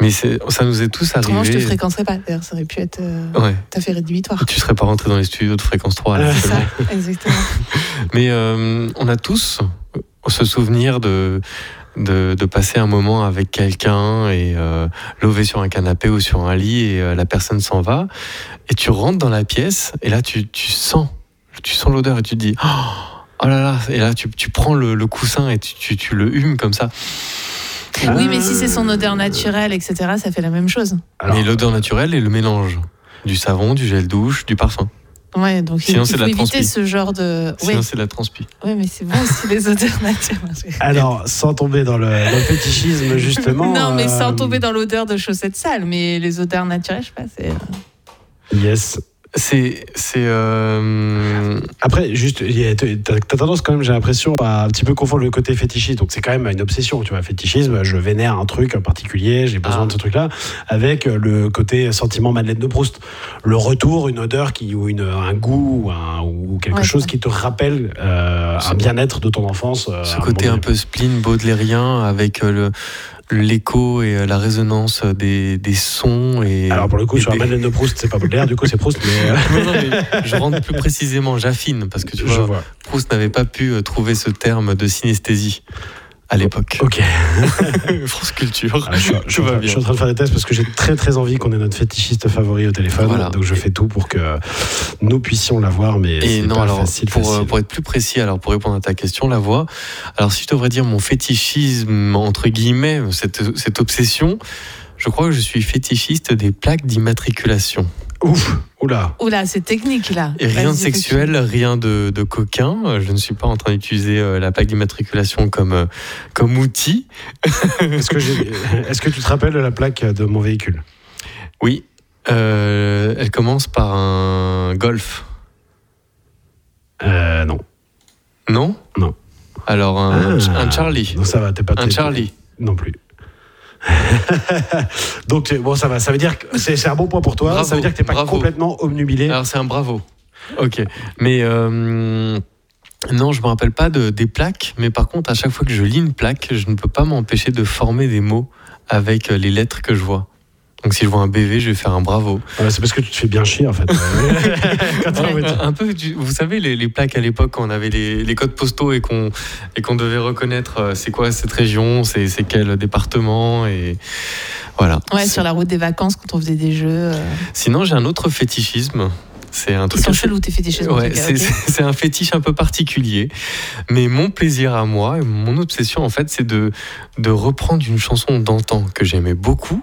Speaker 2: Mais c'est- ça nous est tous arrivé. Oh.
Speaker 8: Autrement, je te fréquenterais pas. D'ailleurs, ça aurait pu être euh,
Speaker 2: Ouais.
Speaker 8: tout à fait rédhibitoire.
Speaker 2: Tu serais pas rentré dans les studios de fréquence 3. là,
Speaker 8: C'est ça,
Speaker 2: actuellement.
Speaker 8: exactement.
Speaker 2: Mais euh, on a tous euh, ce souvenir de, de, de passer un moment avec quelqu'un et euh, lever sur un canapé ou sur un lit et euh, la personne s'en va. Et tu rentres dans la pièce et là tu, tu sens, tu sens l'odeur et tu te dis oh, oh là là. Et là tu, tu prends le, le coussin et tu, tu, tu le humes comme ça. Ah.
Speaker 8: Oui, mais si c'est son odeur naturelle, etc., ça fait la même chose.
Speaker 7: Alors,
Speaker 2: Mais l'odeur naturelle et le mélange du savon, du gel douche, du parfum.
Speaker 8: Ouais, donc il-
Speaker 2: Sinon,
Speaker 8: il
Speaker 2: c'est
Speaker 8: faut
Speaker 2: de la
Speaker 8: éviter
Speaker 2: transpi.
Speaker 8: ce genre de. Oui,
Speaker 2: Sinon, c'est de la transpi.
Speaker 8: ouais, mais c'est bon aussi les odeurs naturelles.
Speaker 7: Alors, sans tomber dans le, dans le fétichisme, justement.
Speaker 8: non, mais sans
Speaker 7: euh,
Speaker 8: tomber dans l'odeur de chaussettes sales, mais les odeurs naturelles, je sais pas, c'est. euh.
Speaker 7: Yes.
Speaker 2: C'est. c'est euh,
Speaker 7: Après, juste, il y a- t'as t'as tendance quand même, j'ai l'impression, à un petit peu confondre le côté fétichiste. Donc, c'est quand même une obsession, tu vois. Fétichisme, je vénère un truc en particulier, j'ai besoin
Speaker 2: Ah.
Speaker 7: de ce truc-là, avec euh, le côté sentiment Madeleine de Proust. Le retour, une odeur qui, ou une, un goût, ou, un- ou quelque
Speaker 8: Ouais,
Speaker 7: chose
Speaker 8: ouais.
Speaker 7: qui te rappelle euh,
Speaker 2: Ce-
Speaker 7: un bien-être de ton enfance. euh, à
Speaker 2: ce
Speaker 7: un
Speaker 2: côté
Speaker 7: moment
Speaker 2: un
Speaker 7: donné.
Speaker 2: peu spleen baudelairien avec euh, le l'écho et euh, la résonance des, des sons et
Speaker 7: Alors, pour le coup,
Speaker 2: et
Speaker 7: sur la
Speaker 2: des-
Speaker 7: Madeleine de Proust, c'est pas Baudelaire, du coup, c'est Proust, mais. euh,
Speaker 2: Non, non, mais je rentre plus précisément, j'affine parce que tu
Speaker 7: je
Speaker 2: vois,
Speaker 7: vois.
Speaker 2: Proust n'avait pas pu euh, trouver ce terme de synesthésie à l'époque.
Speaker 7: Ok.
Speaker 2: France Culture,
Speaker 7: Ah, je, suis, je
Speaker 2: tout
Speaker 7: suis en
Speaker 2: va
Speaker 7: train- je
Speaker 2: bien.
Speaker 7: suis en train de faire des tests parce que j'ai très très envie qu'on ait notre fétichiste favori au téléphone.
Speaker 2: Voilà.
Speaker 7: Donc je fais tout pour que nous puissions l'avoir, mais
Speaker 2: Et
Speaker 7: c'est
Speaker 2: non,
Speaker 7: pas
Speaker 2: alors
Speaker 7: facile.
Speaker 2: pour, euh,
Speaker 7: facile.
Speaker 2: pour être plus précis, alors pour répondre à ta question, la voix. Alors si je devrais dire mon fétichisme entre guillemets, cette, cette obsession, je crois que je suis fétichiste des plaques d'immatriculation.
Speaker 7: Ouf, oula.
Speaker 8: Oula, c'est technique là.
Speaker 2: Et rien de
Speaker 8: Vas-y, faut que tu-
Speaker 2: sexuel, rien de, de coquin. Euh, Je ne suis pas en train d'utiliser euh, la plaque d'immatriculation comme euh, comme outil.
Speaker 7: Est-ce que, j'ai- est-ce que tu te rappelles de la plaque de mon véhicule
Speaker 2: Oui, Euh, elle commence par un golf,
Speaker 7: euh, Non.
Speaker 2: non
Speaker 7: Non.
Speaker 2: Alors un,
Speaker 7: Ah.
Speaker 2: un Charlie,
Speaker 7: Donc ça va, t'es pas
Speaker 2: un
Speaker 7: t'es-
Speaker 2: Charlie.
Speaker 7: Non plus. Donc bon, ça va. Ça veut dire que c'est, c'est un bon point pour toi.
Speaker 2: Bravo,
Speaker 7: ça veut dire que t'es pas
Speaker 2: bravo. Ah.
Speaker 7: complètement obnubilé.
Speaker 2: Alors c'est un bravo. Ok. Mais euh, non, je me rappelle pas de, des plaques. Mais par contre, à chaque fois que je lis une plaque, je ne peux pas m'empêcher de former des mots avec euh, les lettres que je vois. Donc si je vois un BV, je vais faire un bravo.
Speaker 7: Ouais, c'est parce que tu te fais bien chier en fait. Quand t'es en voiture.
Speaker 2: Un peu, du- vous savez, les, les plaques à l'époque, quand on avait les, les codes postaux et qu'on et qu'on devait reconnaître euh, c'est quoi cette région, c'est c'est quel département et voilà.
Speaker 8: Ouais, sur la route des vacances quand on faisait des jeux. euh,
Speaker 2: Sinon, j'ai un autre fétichisme. C'est un
Speaker 8: Ils
Speaker 2: truc.
Speaker 8: sont
Speaker 2: assez-
Speaker 8: chelous, tes fétiches. en
Speaker 2: Ouais,
Speaker 8: tout cas,
Speaker 2: c'est
Speaker 8: ok.
Speaker 2: c'est- c'est un fétiche un peu particulier, mais mon plaisir à moi, et mon obsession en fait, c'est de, de reprendre une chanson d'antan que j'aimais beaucoup,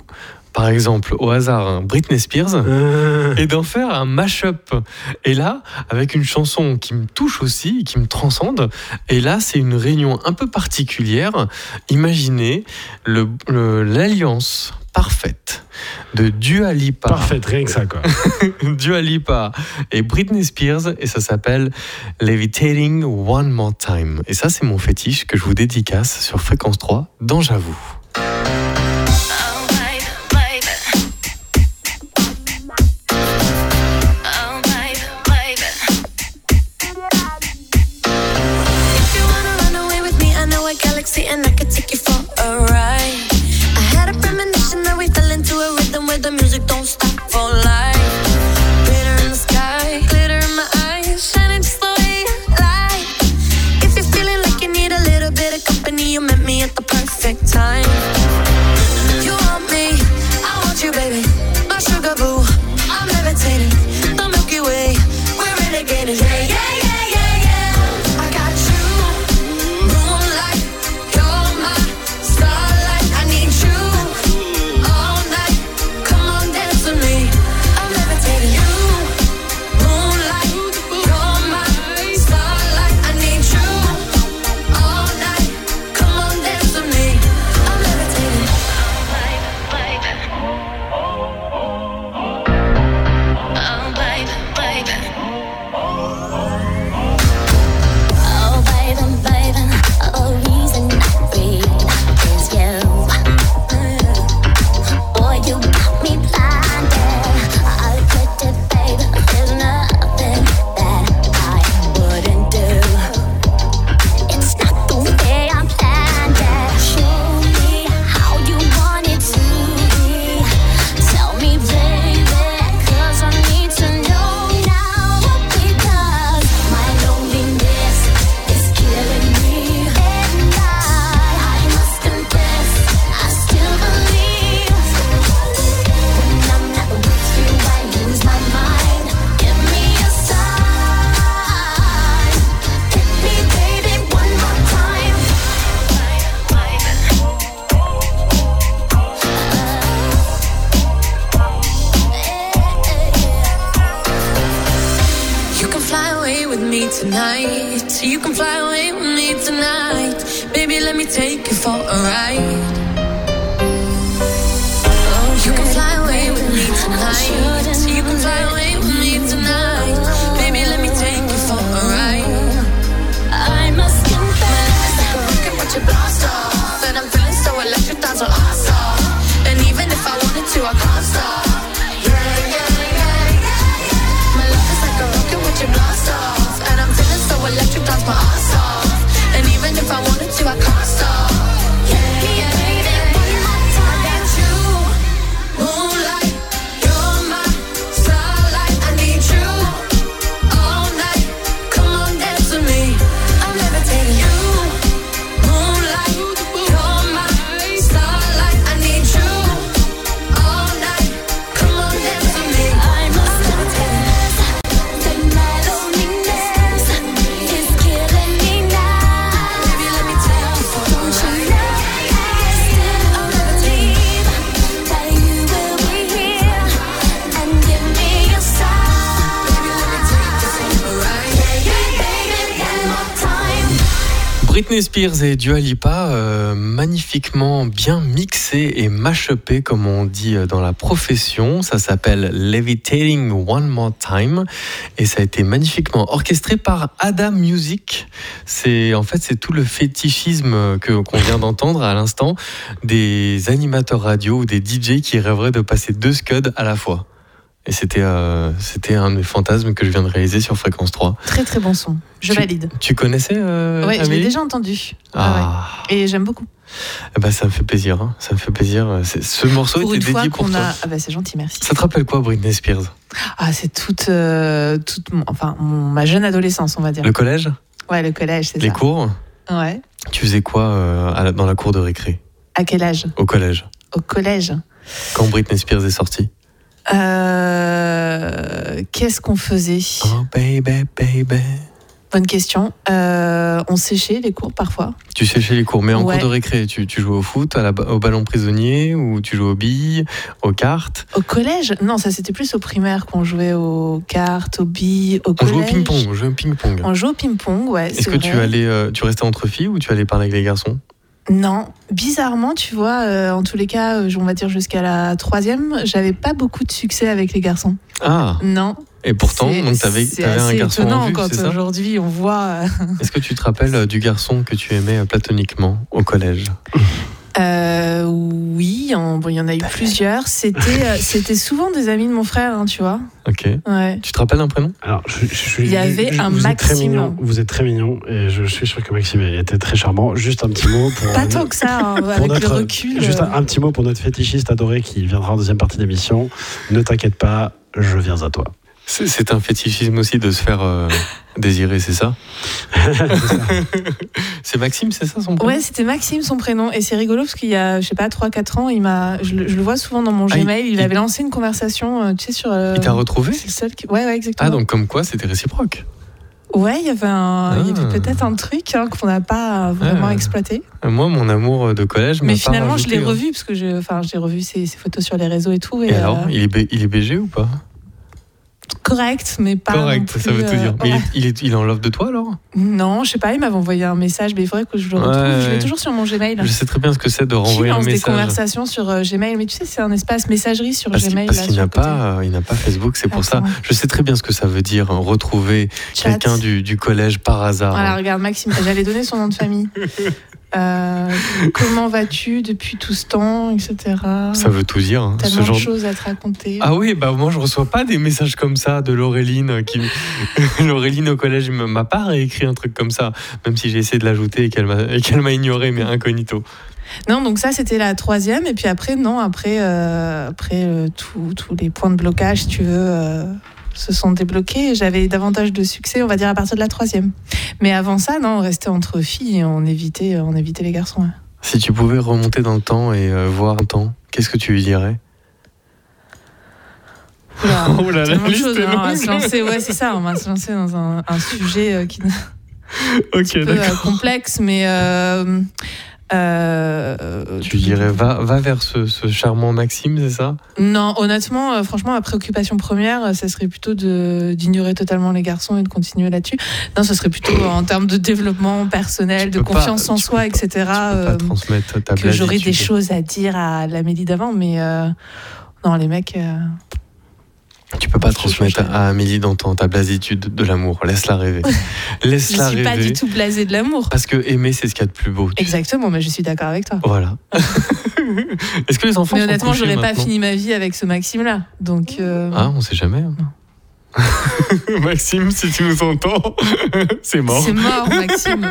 Speaker 2: par exemple au hasard hein, Britney Spears,
Speaker 7: Euh,
Speaker 2: et d'en faire un mash-up. Et là, avec une chanson qui me touche aussi, qui me transcende, et là, c'est une réunion un peu particulière. Imaginez le- le- l'alliance parfaite de Dua Lipa,
Speaker 7: Parfait, rien que ça quoi.
Speaker 2: Dua Lipa et Britney Spears, et ça s'appelle Levitating One More Time. Et ça, c'est mon fétiche que je vous dédicace sur Fréquence 3 dans J'avoue.
Speaker 5: If you wanna run away with me, I know a galaxy and I could take you for a ride. I had a premonition that we fell into a rhythm where the music don't stop for life. Glitter in the sky, glitter in my eyes, shining just the way you like. If you're feeling like you need a little bit of company, you met me at the perfect time. You want me, I want you, baby. My sugar boo, I'm levitating. The Milky Way, we're renegading. Yeah, yeah, yeah, yeah, yeah. I got you, moonlight, you're my tonight. You can fly away with me tonight. Baby, let me take you for a ride. You can fly away with me tonight. You can fly away with me tonight. Baby, let me take you for a ride. I must confess I'm broken but you blast off And I'm feeling so electric that's all I saw And even if I wanted to I can't stop Yeah, yeah, yeah, yeah, yeah. My love is like a rocket with your blast off And I'm feeling so electric that's my ass off And even if I wanted to I can't stop Yeah, yeah, yeah, yeah. I got you, moonlight. You're my starlight. I need you all night. Come on, dance with me. I'm levitating. You, moonlight, you're my starlight. I need you all night. Come on, dance with me. I must confess that my loneliness is killing me now. Baby, let me take you for a ride. Still believe that you will be here and give me your sign. Baby, let me take you for a ride. baby, one more time.
Speaker 2: Britney Spears et Dua Lipa, euh, magnifiquement bien mixés et mashupés, comme on dit euh, dans la profession. Ça s'appelle Levitating One More Time. Et ça a été magnifiquement orchestré par Adam Music. C'est, en fait, c'est tout le fétichisme euh, que, qu'on vient d'entendre à l'instant des animateurs radio ou des DJ qui rêveraient de passer deux scuds à la fois. Et c'était, euh, c'était un de mes fantasmes que je viens de réaliser sur Fréquence 3.
Speaker 8: Très très bon son. Je valide.
Speaker 2: Tu connaissais euh,
Speaker 8: Oui, je l'ai
Speaker 2: Amélie
Speaker 8: déjà entendu. Ah
Speaker 2: Ah.
Speaker 8: ouais. Et j'aime beaucoup.
Speaker 2: Eh ben, ça me fait plaisir, hein. ça me fait plaisir. C'est- Ce morceau
Speaker 8: pour une
Speaker 2: était
Speaker 8: fois
Speaker 2: dédié pour
Speaker 8: qu'on
Speaker 2: toi.
Speaker 8: a. Ah bah c'est gentil, merci.
Speaker 2: Ça te rappelle quoi, Britney Spears
Speaker 8: Ah, c'est toute, euh, toute mon- enfin, mon- ma jeune adolescence, on va dire.
Speaker 2: Le collège
Speaker 8: Ouais, le collège, c'est
Speaker 2: Les
Speaker 8: ça.
Speaker 2: cours
Speaker 8: Ouais.
Speaker 2: Tu faisais quoi euh, à la- dans la cour de récré
Speaker 8: À quel âge
Speaker 2: Au collège
Speaker 8: Au collège.
Speaker 2: Quand Britney Spears est sortie
Speaker 8: Euh, Qu'est-ce qu'on faisait
Speaker 2: Oh baby, baby.
Speaker 8: Bonne question. Euh, on séchait les cours parfois.
Speaker 2: Tu séchais les cours, mais en
Speaker 8: Ouais.
Speaker 2: cours de récré, tu, tu jouais au foot, à la ba- au ballon prisonnier, ou tu jouais aux billes, aux cartes
Speaker 8: Au collège Non, ça c'était plus au primaire qu'on jouait aux cartes, aux billes, au
Speaker 2: On
Speaker 8: collège.
Speaker 2: jouait au ping-pong, on jouait au ping-pong.
Speaker 8: On jouait au ping-pong, ouais.
Speaker 2: Est-ce
Speaker 8: c'est
Speaker 2: que tu
Speaker 8: vrai.
Speaker 2: allais, euh, tu restais entre filles ou tu allais parler avec les garçons
Speaker 8: Non, bizarrement, tu vois, euh, en tous les cas, euh, on va dire jusqu'à la troisième, j'avais pas beaucoup de succès avec les garçons.
Speaker 2: Ah,
Speaker 8: Non.
Speaker 2: et pourtant,
Speaker 8: c'est-
Speaker 2: donc t'avais,
Speaker 8: c'est
Speaker 2: t'avais un
Speaker 8: assez
Speaker 2: garçon
Speaker 8: étonnant
Speaker 2: en vue,
Speaker 8: quand
Speaker 2: c'est ça
Speaker 8: aujourd'hui on voit. euh,
Speaker 2: Est-ce que tu te rappelles euh, du garçon que tu aimais euh, platoniquement au collège
Speaker 8: euh, oui, en- bon, il y en a eu plusieurs. C'était, euh, c'était souvent des amis de mon frère, hein, tu vois.
Speaker 2: Ok.
Speaker 8: Ouais.
Speaker 2: Tu te rappelles un prénom
Speaker 7: Alors, je, je suis-
Speaker 8: Il y avait un
Speaker 7: vous êtes très
Speaker 8: Maxime.
Speaker 7: mignon, vous êtes très mignon et je suis sûr que Maxime était très charmant. Juste un petit mot
Speaker 2: Euh,
Speaker 7: pour.
Speaker 8: Pas tant que ça, hein,
Speaker 7: pour
Speaker 8: avec
Speaker 7: notre-
Speaker 8: le recul.
Speaker 7: Juste
Speaker 8: euh,
Speaker 7: un, un petit mot pour notre fétichiste adoré qui viendra en deuxième partie d'émission. Ne t'inquiète pas, je viens à toi.
Speaker 2: C'est c'est un fétichisme aussi de se faire euh, désirer, c'est ça C'est Maxime, c'est ça son prénom
Speaker 8: Ouais, c'était Maxime son prénom et c'est rigolo parce qu'il y a je sais pas 3 4 ans, il m'a je, le- je le vois souvent dans mon
Speaker 2: Ah, il-
Speaker 8: Gmail, il,
Speaker 2: il-
Speaker 8: avait lancé une conversation euh, tu sais sur euh,
Speaker 2: Il t'a retrouvé
Speaker 8: c'est le seul qui... Ouais ouais exactement.
Speaker 2: Ah, donc comme quoi c'était réciproque.
Speaker 8: Ouais, il y avait un il y
Speaker 2: Ah.
Speaker 8: avait peut-être un truc hein, qu'on n'a pas euh, vraiment
Speaker 2: Ah.
Speaker 8: exploité.
Speaker 2: Euh, Moi, mon amour de collège. m'a
Speaker 8: Mais
Speaker 2: pas
Speaker 8: finalement, je
Speaker 2: rajouté,
Speaker 8: l'ai
Speaker 2: hein.
Speaker 8: revu parce que je enfin j'ai revu ses, ses photos sur les réseaux et tout et,
Speaker 2: Et alors,
Speaker 8: euh,
Speaker 2: il est, B- il est BG ou pas
Speaker 8: correct mais pas non
Speaker 2: Correct,
Speaker 8: plus,
Speaker 2: ça veut tout
Speaker 8: euh,
Speaker 2: dire. Mais
Speaker 8: ouais.
Speaker 2: il, est, il, est, il est en love de toi alors
Speaker 8: Non, je sais pas, il m'avait envoyé un message mais il faudrait que je le retrouve,
Speaker 2: Ouais,
Speaker 8: je
Speaker 2: ouais.
Speaker 8: l'ai toujours sur mon Gmail.
Speaker 2: Je sais très bien ce que c'est de
Speaker 8: Qui
Speaker 2: renvoyer un
Speaker 8: lance des
Speaker 2: message.
Speaker 8: conversations sur euh, Gmail mais tu sais c'est un espace messagerie sur
Speaker 2: Parce qu'il
Speaker 8: Gmail
Speaker 2: parce
Speaker 8: là,
Speaker 2: qu'il
Speaker 8: sur
Speaker 2: n'a
Speaker 8: le côté.
Speaker 2: pas, euh, il n'a pas Facebook, c'est pour ça.
Speaker 8: Attends.
Speaker 2: Je sais très bien ce que ça veut dire, hein, retrouver
Speaker 8: Chat.
Speaker 2: quelqu'un du, du collège par hasard.
Speaker 8: Voilà, regarde, Maxime, j'allais donner son nom de famille. Euh, comment vas-tu depuis tout ce temps, etc.
Speaker 2: Ça veut tout dire, hein,
Speaker 8: T'as
Speaker 2: ce
Speaker 8: plein
Speaker 2: genre
Speaker 8: de choses à te raconter.
Speaker 2: Ah oui, bah moi je reçois pas des messages comme ça de Laureline euh, qui Laureline au collège me- m'a pas réécrit un truc comme ça, même si j'ai essayé de l'ajouter et qu'elle m'a et qu'elle m'a ignoré mais incognito.
Speaker 8: Non, donc ça, c'était la troisième. Et puis après, non, après, euh, après euh, tous- tous les points de blocage, si tu veux, euh, se sont débloqués. Et J'avais davantage de succès, on va dire, à partir de la troisième. Mais avant ça, non, on restait entre filles et on évitait, on évitait les garçons. hein. ouais.
Speaker 2: Si tu pouvais remonter dans le temps et euh, voir un temps, qu'est-ce que tu lui dirais
Speaker 8: Oula,
Speaker 2: Oh là là,
Speaker 8: tellement de
Speaker 2: liste
Speaker 8: choses,
Speaker 2: est
Speaker 8: hein, on va
Speaker 2: longue.
Speaker 8: se lancer, ouais, c'est ça, on va se lancer dans un, un sujet euh, qui
Speaker 2: Ok,
Speaker 8: peu, euh, complexe, mais euh, Euh,
Speaker 2: Tu dirais, va, va vers ce, ce charmant Maxime, c'est ça
Speaker 8: Non, honnêtement, euh, franchement, ma préoccupation première, euh, ça serait plutôt de- d'ignorer totalement les garçons et de continuer là-dessus. Non, ce serait plutôt euh, en termes de développement personnel,
Speaker 2: Tu
Speaker 8: de
Speaker 2: peux pas-
Speaker 8: confiance en
Speaker 2: tu
Speaker 8: soi,
Speaker 2: peux pas-
Speaker 8: etc.
Speaker 2: Tu peux
Speaker 8: euh,
Speaker 2: pas transmettre ta
Speaker 8: que
Speaker 2: blague
Speaker 8: j'aurais des
Speaker 2: étudiée.
Speaker 8: choses à dire à l'Amélie d'avant, mais euh, non, les mecs. euh,
Speaker 2: Tu peux pas
Speaker 8: Je
Speaker 2: transmettre
Speaker 8: changerai.
Speaker 2: à Amélie d'antan ta blasitude de l'amour. Laisse-la rêver.
Speaker 8: je
Speaker 2: Laisse-la
Speaker 8: suis
Speaker 2: rêver.
Speaker 8: pas du tout blasée de l'amour.
Speaker 2: Parce que aimer, c'est ce qu'il y a de plus beau. tu sais.
Speaker 8: Exactement, mais je suis d'accord avec toi.
Speaker 2: Voilà. Est-ce que les enfants
Speaker 8: Mais
Speaker 2: sont
Speaker 8: honnêtement,
Speaker 2: couchés
Speaker 8: j'aurais pas
Speaker 2: maintenant
Speaker 8: fini ma vie avec ce Maxime-là. Donc, euh,
Speaker 2: Ah, on sait jamais. hein. Maxime, si tu nous entends, c'est mort.
Speaker 8: c'est mort, Maxime.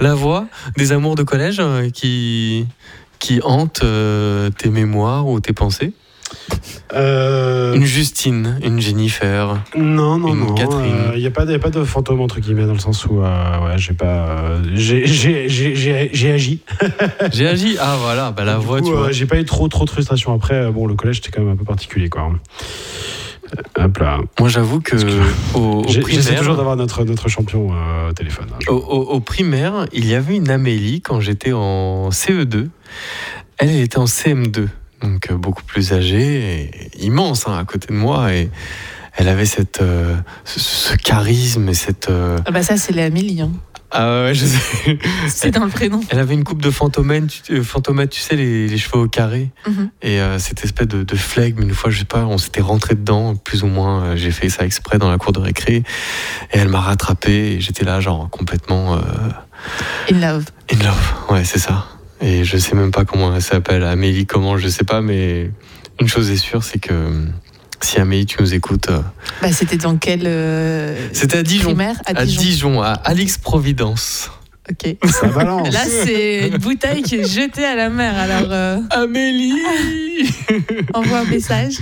Speaker 2: La voix des amours de collège euh, qui qui hante euh, tes mémoires ou tes pensées.
Speaker 7: Euh,
Speaker 2: Une Justine, une Jennifer.
Speaker 7: Non, non,
Speaker 2: Une
Speaker 7: non.
Speaker 2: Catherine.
Speaker 7: Il n'y a, pas de- y a pas de fantôme, entre guillemets, dans le sens où euh, ouais, j'ai pas. euh, j'ai- j'ai- j'ai j'ai- j'ai agi.
Speaker 2: J'ai agi. Ah voilà, bah, la
Speaker 7: Du
Speaker 2: voix,
Speaker 7: coup,
Speaker 2: tu
Speaker 7: euh,
Speaker 2: vois.
Speaker 7: J'ai pas eu trop, trop de frustration. Après, euh, bon, le collège, c'était quand même un peu particulier, quoi. Euh, Hop là.
Speaker 2: Moi, j'avoue que
Speaker 7: Excuse-moi.
Speaker 2: au, au
Speaker 7: J'ai- J'essaie
Speaker 2: primaire- Oh.
Speaker 7: toujours d'avoir notre, notre champion euh, au téléphone. hein.
Speaker 2: Au, au- au primaire, il y avait une Amélie quand j'étais en CE2. Elle, elle était en CM2, donc euh, beaucoup plus âgée, et immense hein, à côté de moi. Et elle avait cette, euh, ce, ce charisme et cette. euh,
Speaker 8: Ah bah ça, c'est l'Amélie. hein.
Speaker 2: Ah ouais, je sais.
Speaker 8: C'est dans le prénom.
Speaker 2: Elle avait une coupe de fantomène, tu, euh, fantomate, tu sais, les, les cheveux au carré.
Speaker 8: Mhm.
Speaker 2: Et euh, cette espèce de, de flegme, une fois, je sais pas, on s'était rentré dedans, plus ou moins, euh, j'ai fait ça exprès dans la cour de récré. Et elle m'a rattrapé, et j'étais là, genre, complètement. euh,
Speaker 8: In love.
Speaker 2: In Love, ouais, c'est ça. Et je sais même pas comment elle s'appelle, Amélie, comment, je sais pas, mais une chose est sûre, c'est que euh, si Amélie, tu nous écoutes, euh,
Speaker 8: Bah, c'était dans quel euh,
Speaker 2: c'était à Dijon.
Speaker 8: primaire à
Speaker 2: À
Speaker 8: Dijon.
Speaker 2: Dijon, à Alix Providence.
Speaker 8: Ok.
Speaker 7: Ça balance.
Speaker 8: Là, c'est une bouteille qui est jetée à la mer. Alors, euh,
Speaker 2: Amélie
Speaker 8: Ah. envoie un message.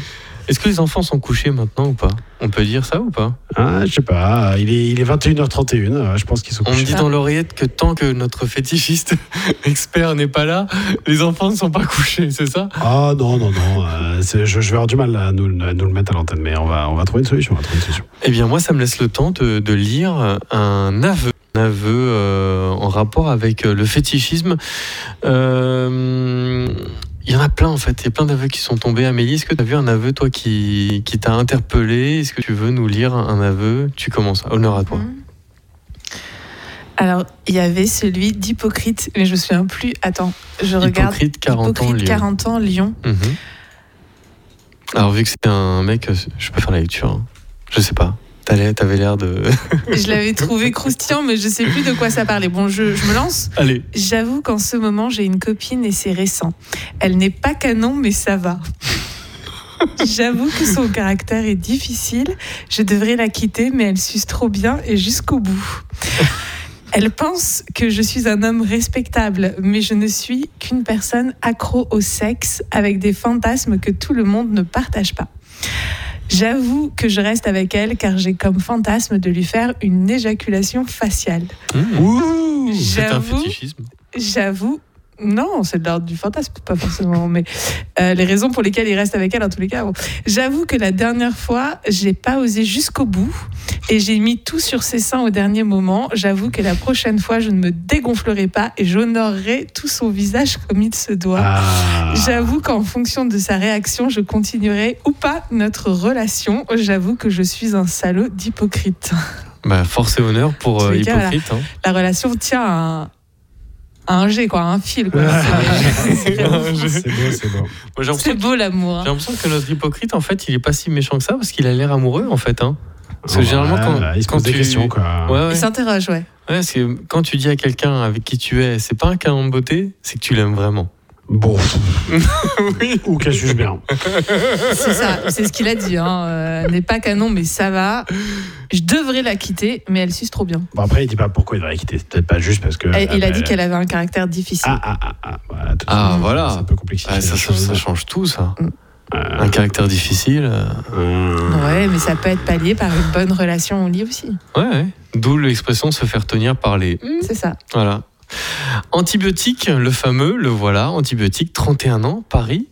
Speaker 2: Est-ce que les enfants sont couchés maintenant ou pas On peut dire ça ou pas
Speaker 7: Ah, je sais pas. Il est, il est 21h31. euh, Je pense qu'ils sont
Speaker 2: On me
Speaker 7: couchés.
Speaker 2: dit dans l'oreillette que tant que notre fétichiste expert n'est pas là, les enfants ne sont pas couchés, c'est ça
Speaker 7: Ah non, non, non. euh, c'est- je, je vais avoir du mal à nous, à nous le mettre à l'antenne, mais on va, on va trouver une solution. on va trouver une solution.
Speaker 2: Eh bien, moi, ça me laisse le temps de, de lire un aveu. Un aveu euh, en rapport avec euh, le fétichisme. Euh, Il y en a plein, en fait. Il y a plein d'aveux qui sont tombés. Amélie, est-ce que tu as vu un aveu, toi, qui, qui t'a interpellé Est-ce que tu veux nous lire un aveu Tu commences. Honneur à toi.
Speaker 8: Alors, il y avait celui d'hypocrite, mais je me souviens plus. Attends, je regarde.
Speaker 2: Hypocrite, 40 ans,
Speaker 8: Hypocrite,
Speaker 2: Lyon.
Speaker 8: 40 ans, Lyon.
Speaker 2: Mhm. Alors, vu que c'est un mec, euh, je peux faire la lecture. hein. Je sais pas. T'allais- T'avais l'air de...
Speaker 8: Je l'avais trouvé croustillant, mais je sais plus de quoi ça parlait. Bon, je, je me lance.
Speaker 2: Allez.
Speaker 8: J'avoue qu'en ce moment, j'ai une copine et c'est récent. Elle n'est pas canon, mais ça va. J'avoue que son caractère est difficile. Je devrais la quitter, mais elle suce trop bien et jusqu'au bout. Elle pense que je suis un homme respectable, mais je ne suis qu'une personne accro au sexe avec des fantasmes que tout le monde ne partage pas. J'avoue que je reste avec elle car j'ai comme fantasme de lui faire une éjaculation faciale.
Speaker 2: Mmh.
Speaker 7: Ouh
Speaker 2: C'est un
Speaker 8: J'avoue
Speaker 2: fétichisme.
Speaker 8: J'avoue. Non, c'est de l'ordre du fantasme, pas forcément, mais euh, les raisons pour lesquelles il reste avec elle, en tous les cas. bon. J'avoue que la dernière fois, j'ai pas osé jusqu'au bout et j'ai mis tout sur ses seins au dernier moment. J'avoue que la prochaine fois, je ne me dégonflerai pas et j'honorerai tout son visage comme il se doit.
Speaker 7: Ah.
Speaker 8: J'avoue qu'en fonction de sa réaction, je continuerai ou pas notre relation. J'avoue que je suis un salaud d'hypocrite.
Speaker 2: Bah, force et honneur pour
Speaker 8: Tous
Speaker 2: euh,
Speaker 8: les cas, voilà.
Speaker 2: Hypocrite. hein.
Speaker 8: La relation tient à un, à un jet, quoi, à un fil. Quoi. C'est- c'est vraiment
Speaker 2: Un jet.
Speaker 7: C'est beau, c'est beau.
Speaker 2: Moi, j'ai l'impression
Speaker 8: C'est beau l'amour. hein.
Speaker 2: J'ai l'impression que notre hypocrite, en fait, il est pas si méchant que ça parce qu'il a l'air amoureux, en fait. Hein. Parce que
Speaker 7: Ouais,
Speaker 2: généralement, quand,
Speaker 7: il se
Speaker 2: quand
Speaker 7: pose des
Speaker 2: tu-
Speaker 7: questions, quoi.
Speaker 2: Ouais, ouais.
Speaker 8: Il s'interroge, ouais.
Speaker 2: Ouais, parce que quand tu dis à quelqu'un avec qui tu es, c'est pas un canon de beauté, c'est que tu l'aimes vraiment.
Speaker 7: Bon. Ou qu'elle juge bien.
Speaker 8: C'est ça, c'est ce qu'il a dit. Hein. Euh, elle n'est pas canon, mais ça va. Je devrais la quitter, mais elle suce trop bien.
Speaker 7: Bon, après, il dit pas pourquoi il va la quitter. C'est peut-être pas juste parce que.
Speaker 8: Et il
Speaker 2: bah.
Speaker 8: a dit
Speaker 7: euh,
Speaker 8: qu'elle avait un caractère difficile.
Speaker 7: Ah, ah, ah, ah, voilà. tout de
Speaker 2: Ah,
Speaker 7: suite.
Speaker 2: voilà.
Speaker 7: C'est un peu complexifié.
Speaker 2: Ouais, ça,
Speaker 7: la
Speaker 2: ça-
Speaker 7: chose.
Speaker 2: ça change tout, ça.
Speaker 7: Euh,
Speaker 2: Un caractère difficile. euh,
Speaker 7: euh,
Speaker 8: Ouais, mais ça peut être pallié par une bonne relation au lit aussi.
Speaker 2: Ouais, ouais. D'où l'expression se faire tenir par les.
Speaker 8: C'est ça.
Speaker 2: Voilà. Antibiotique, le fameux, le voilà, antibiotique, 31 ans, Paris.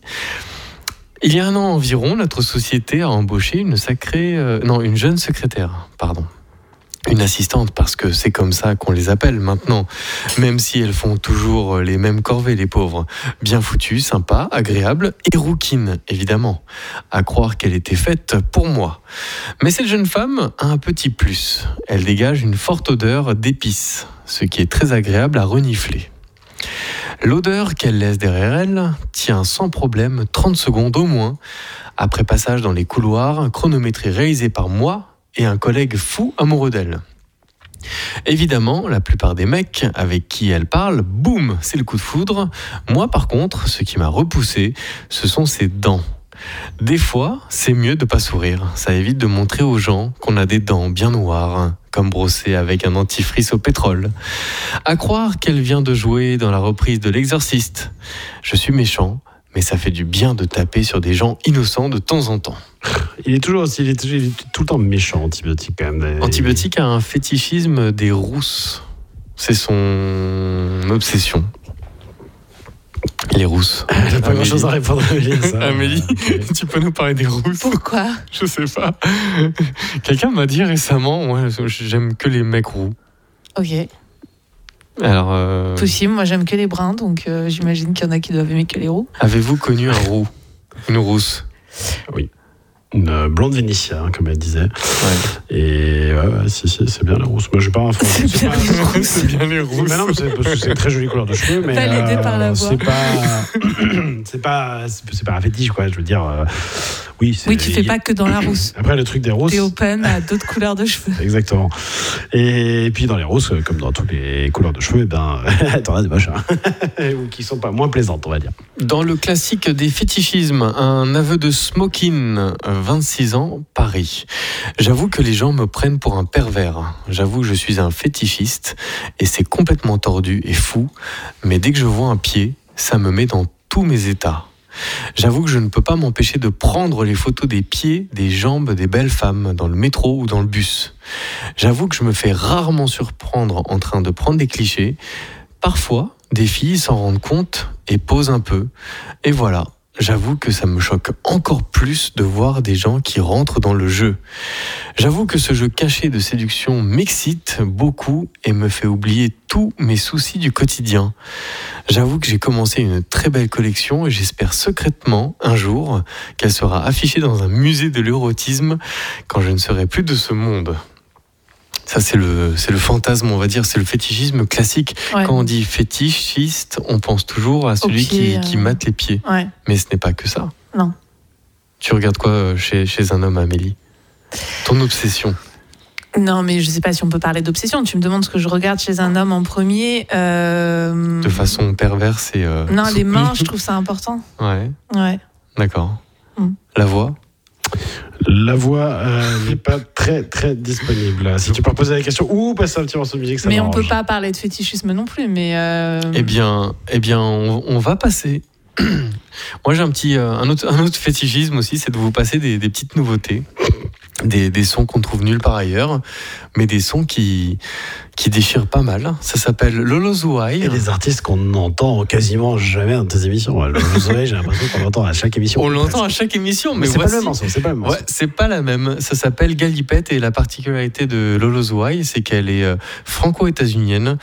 Speaker 2: Il y a un an environ, notre société a embauché une sacrée, euh, non, une jeune secrétaire, pardon. une assistante parce que c'est comme ça qu'on les appelle maintenant, même si elles font toujours euh, les mêmes corvées, les pauvres. Bien foutues, sympas, agréables et rouquines, évidemment. À croire qu'elle était faite pour moi. Mais cette jeune femme a un petit plus. Elle dégage une forte odeur d'épices, ce qui est très agréable à renifler. L'odeur qu'elle laisse derrière elle tient sans problème 30 secondes au moins. Après passage dans les couloirs, chronométrie réalisée par moi et un collègue fou amoureux d'elle. Évidemment, la plupart des mecs avec qui elle parle, boum, c'est le coup de foudre. Moi, par contre, ce qui m'a repoussé, ce sont ses dents. Des fois, c'est mieux de pas sourire. Ça évite de montrer aux gens qu'on a des dents bien noires, comme brossées avec un dentifrice au pétrole. À croire qu'elle vient de jouer dans la reprise de L'Exorciste. Je suis méchant, mais ça fait du bien de taper sur des gens innocents de temps en temps.
Speaker 7: Il est toujours aussi, il est, toujours- il est tout le temps méchant, antibiotique quand même.
Speaker 2: Antibiotique a un fétichisme des rousses. C'est son obsession. Les rousses.
Speaker 7: Il n'a pas grand chose à répondre à Amélie. ça.
Speaker 2: Ah, Amélie,
Speaker 7: Ok.
Speaker 2: tu peux nous parler des rousses
Speaker 8: Pourquoi
Speaker 2: Je sais pas. Quelqu'un m'a dit récemment, ouais, j'aime que les mecs roux.
Speaker 8: Ok,
Speaker 2: Alors, euh,
Speaker 8: possible. Moi, j'aime que les bruns, donc euh, j'imagine qu'il y en a qui doivent aimer que les roux.
Speaker 2: avez-vous connu un roux Une rousse
Speaker 7: Une euh, blonde vénitienne, hein, comme elle disait.
Speaker 2: ouais.
Speaker 7: Et ouais, ouais, si, si, c'est bien la rousse. Moi, j'ai pas un fond.
Speaker 8: C'est bien
Speaker 7: pas-
Speaker 8: les rousses.
Speaker 2: C'est bien les rousses.
Speaker 7: Mais non, mais c'est parce que c'est une très jolie couleur de cheveux, mais euh,
Speaker 8: Validé par la voix.
Speaker 7: c'est pas, c'est pas, c'est pas un fétiche quoi. Je veux dire, euh, oui. c'est-
Speaker 8: Oui, tu fais
Speaker 7: il-
Speaker 8: pas que dans la rousse.
Speaker 7: Après le truc des roses.
Speaker 8: T'es open à d'autres couleurs de cheveux.
Speaker 7: Exactement. Et puis dans les roses, euh, comme dans toutes les couleurs de cheveux, eh ben, t'en as des machins. Ou qui sont pas moins plaisantes, on va dire.
Speaker 2: Dans le classique des fétichismes, un aveu de Smokin, 26 ans, Paris. J'avoue que les gens me prennent pour un pervers. J'avoue que je suis un fétichiste et c'est complètement tordu et fou, mais dès que je vois un pied, ça me met dans tous mes états. J'avoue que je ne peux pas m'empêcher de prendre les photos des pieds, des jambes des belles femmes dans le métro ou dans le bus. J'avoue que je me fais rarement surprendre en train de prendre des clichés, Parfois, des filles s'en rendent compte et posent un peu. Et voilà, j'avoue que ça me choque encore plus de voir des gens qui rentrent dans le jeu. J'avoue que ce jeu caché de séduction m'excite beaucoup et me fait oublier tous mes soucis du quotidien. J'avoue que j'ai commencé une très belle collection et j'espère secrètement un jour qu'elle sera affichée dans un musée de l'eurotisme quand je ne serai plus de ce monde. Ça, c'est le, c'est le fantasme, on va dire, c'est le fétichisme classique.
Speaker 8: Ouais.
Speaker 2: Quand on dit fétichiste, on pense toujours à celui
Speaker 8: pied,
Speaker 2: qui,
Speaker 8: euh.
Speaker 2: qui mate les pieds.
Speaker 8: Ouais.
Speaker 2: Mais ce n'est pas que ça.
Speaker 8: Non.
Speaker 2: Tu regardes quoi euh, chez, chez un homme, Amélie Ton obsession.
Speaker 8: Non, mais je sais pas si on peut parler d'obsession. Tu me demandes ce que je regarde chez un homme en premier. euh,
Speaker 2: De façon perverse et. euh,
Speaker 8: Non, les
Speaker 2: soutenue.
Speaker 8: mains, je trouve ça important.
Speaker 2: Ouais,
Speaker 8: Ouais.
Speaker 2: d'accord.
Speaker 8: Mm.
Speaker 2: La voix
Speaker 7: La voix euh, n'est pas très très disponible. Si tu peux poser la question ou passer un petit morceau de musique, ça
Speaker 8: mais on peut
Speaker 7: m'arrange.
Speaker 8: pas parler de fétichisme non plus. Mais euh,
Speaker 2: Eh bien, eh bien on, on va passer. Moi, j'ai un petit, euh, un autre, un autre fétichisme aussi, c'est de vous passer des, des petites nouveautés, des, des sons qu'on trouve nulle part ailleurs, mais des sons qui, qui déchirent pas mal. Ça s'appelle Lolo
Speaker 7: Et des artistes qu'on n'entend quasiment jamais dans tes émissions. Le Zoé, j'ai l'impression qu'on l'entend à chaque émission.
Speaker 2: On l'entend à chaque émission, mais,
Speaker 7: Mais c'est pas
Speaker 2: voici-
Speaker 7: le même morceau, c'est pas le même
Speaker 2: Ouais,
Speaker 7: morceau.
Speaker 2: c'est pas la même. Ça s'appelle Galipette et la particularité de Lolo Zouai, c'est qu'elle est euh, franco-états-unienne.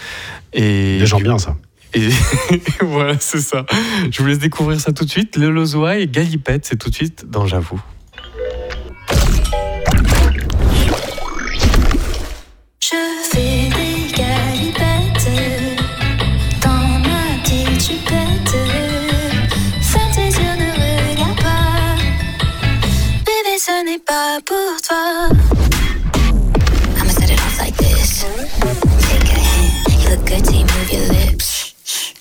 Speaker 2: Et
Speaker 7: Des gens bien, ça.
Speaker 2: Et voilà, c'est ça. Je vous laisse découvrir ça tout de suite. Lolo Zouai et Galipette, c'est tout de suite dans J'avoue.
Speaker 5: Je fais des galipettes dans ma petite jupette. Ça tes yeux ne regarde pas, bébé, ce n'est pas pour toi. I'ma set it off like this. Take a hint, you look good till you move your lips.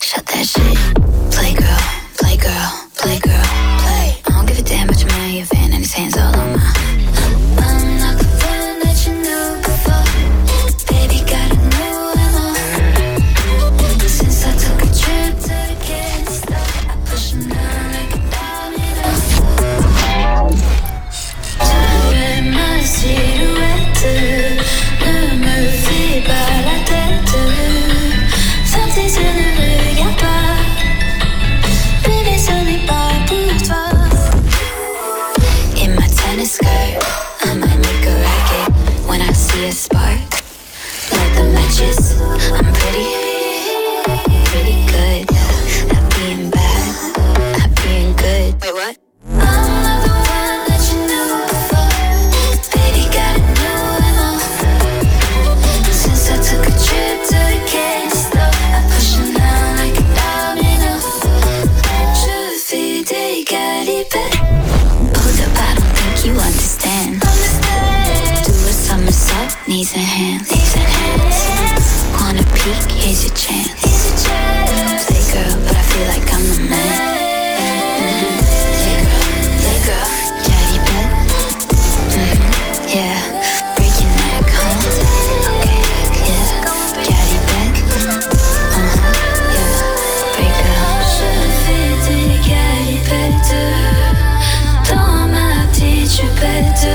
Speaker 5: Shut that shit. Play girl, play girl, play girl, play. I don't give a damn what your man, your fan, and
Speaker 9: gorgeous. I'm pretty, pretty good at being bad, at being good. Wait, what? I'm not the one that you knew before. Baby, got a new MO. Since I took a trip to the candy store, I push 'em down like a domino. Je fais des galipets. Hold up, I don't think you understand. Do a somersault, knees and hands. Wanna peek, here's your chance. Play girl, but I feel like I'm the man. Mhm. Play girl, play girl, daddy bet. Mhm. Yeah, break your neck, huh? Okay, yeah, daddy bet. Uh-huh, yeah, break girl. Je fais des galipettes dans ma petite chupette.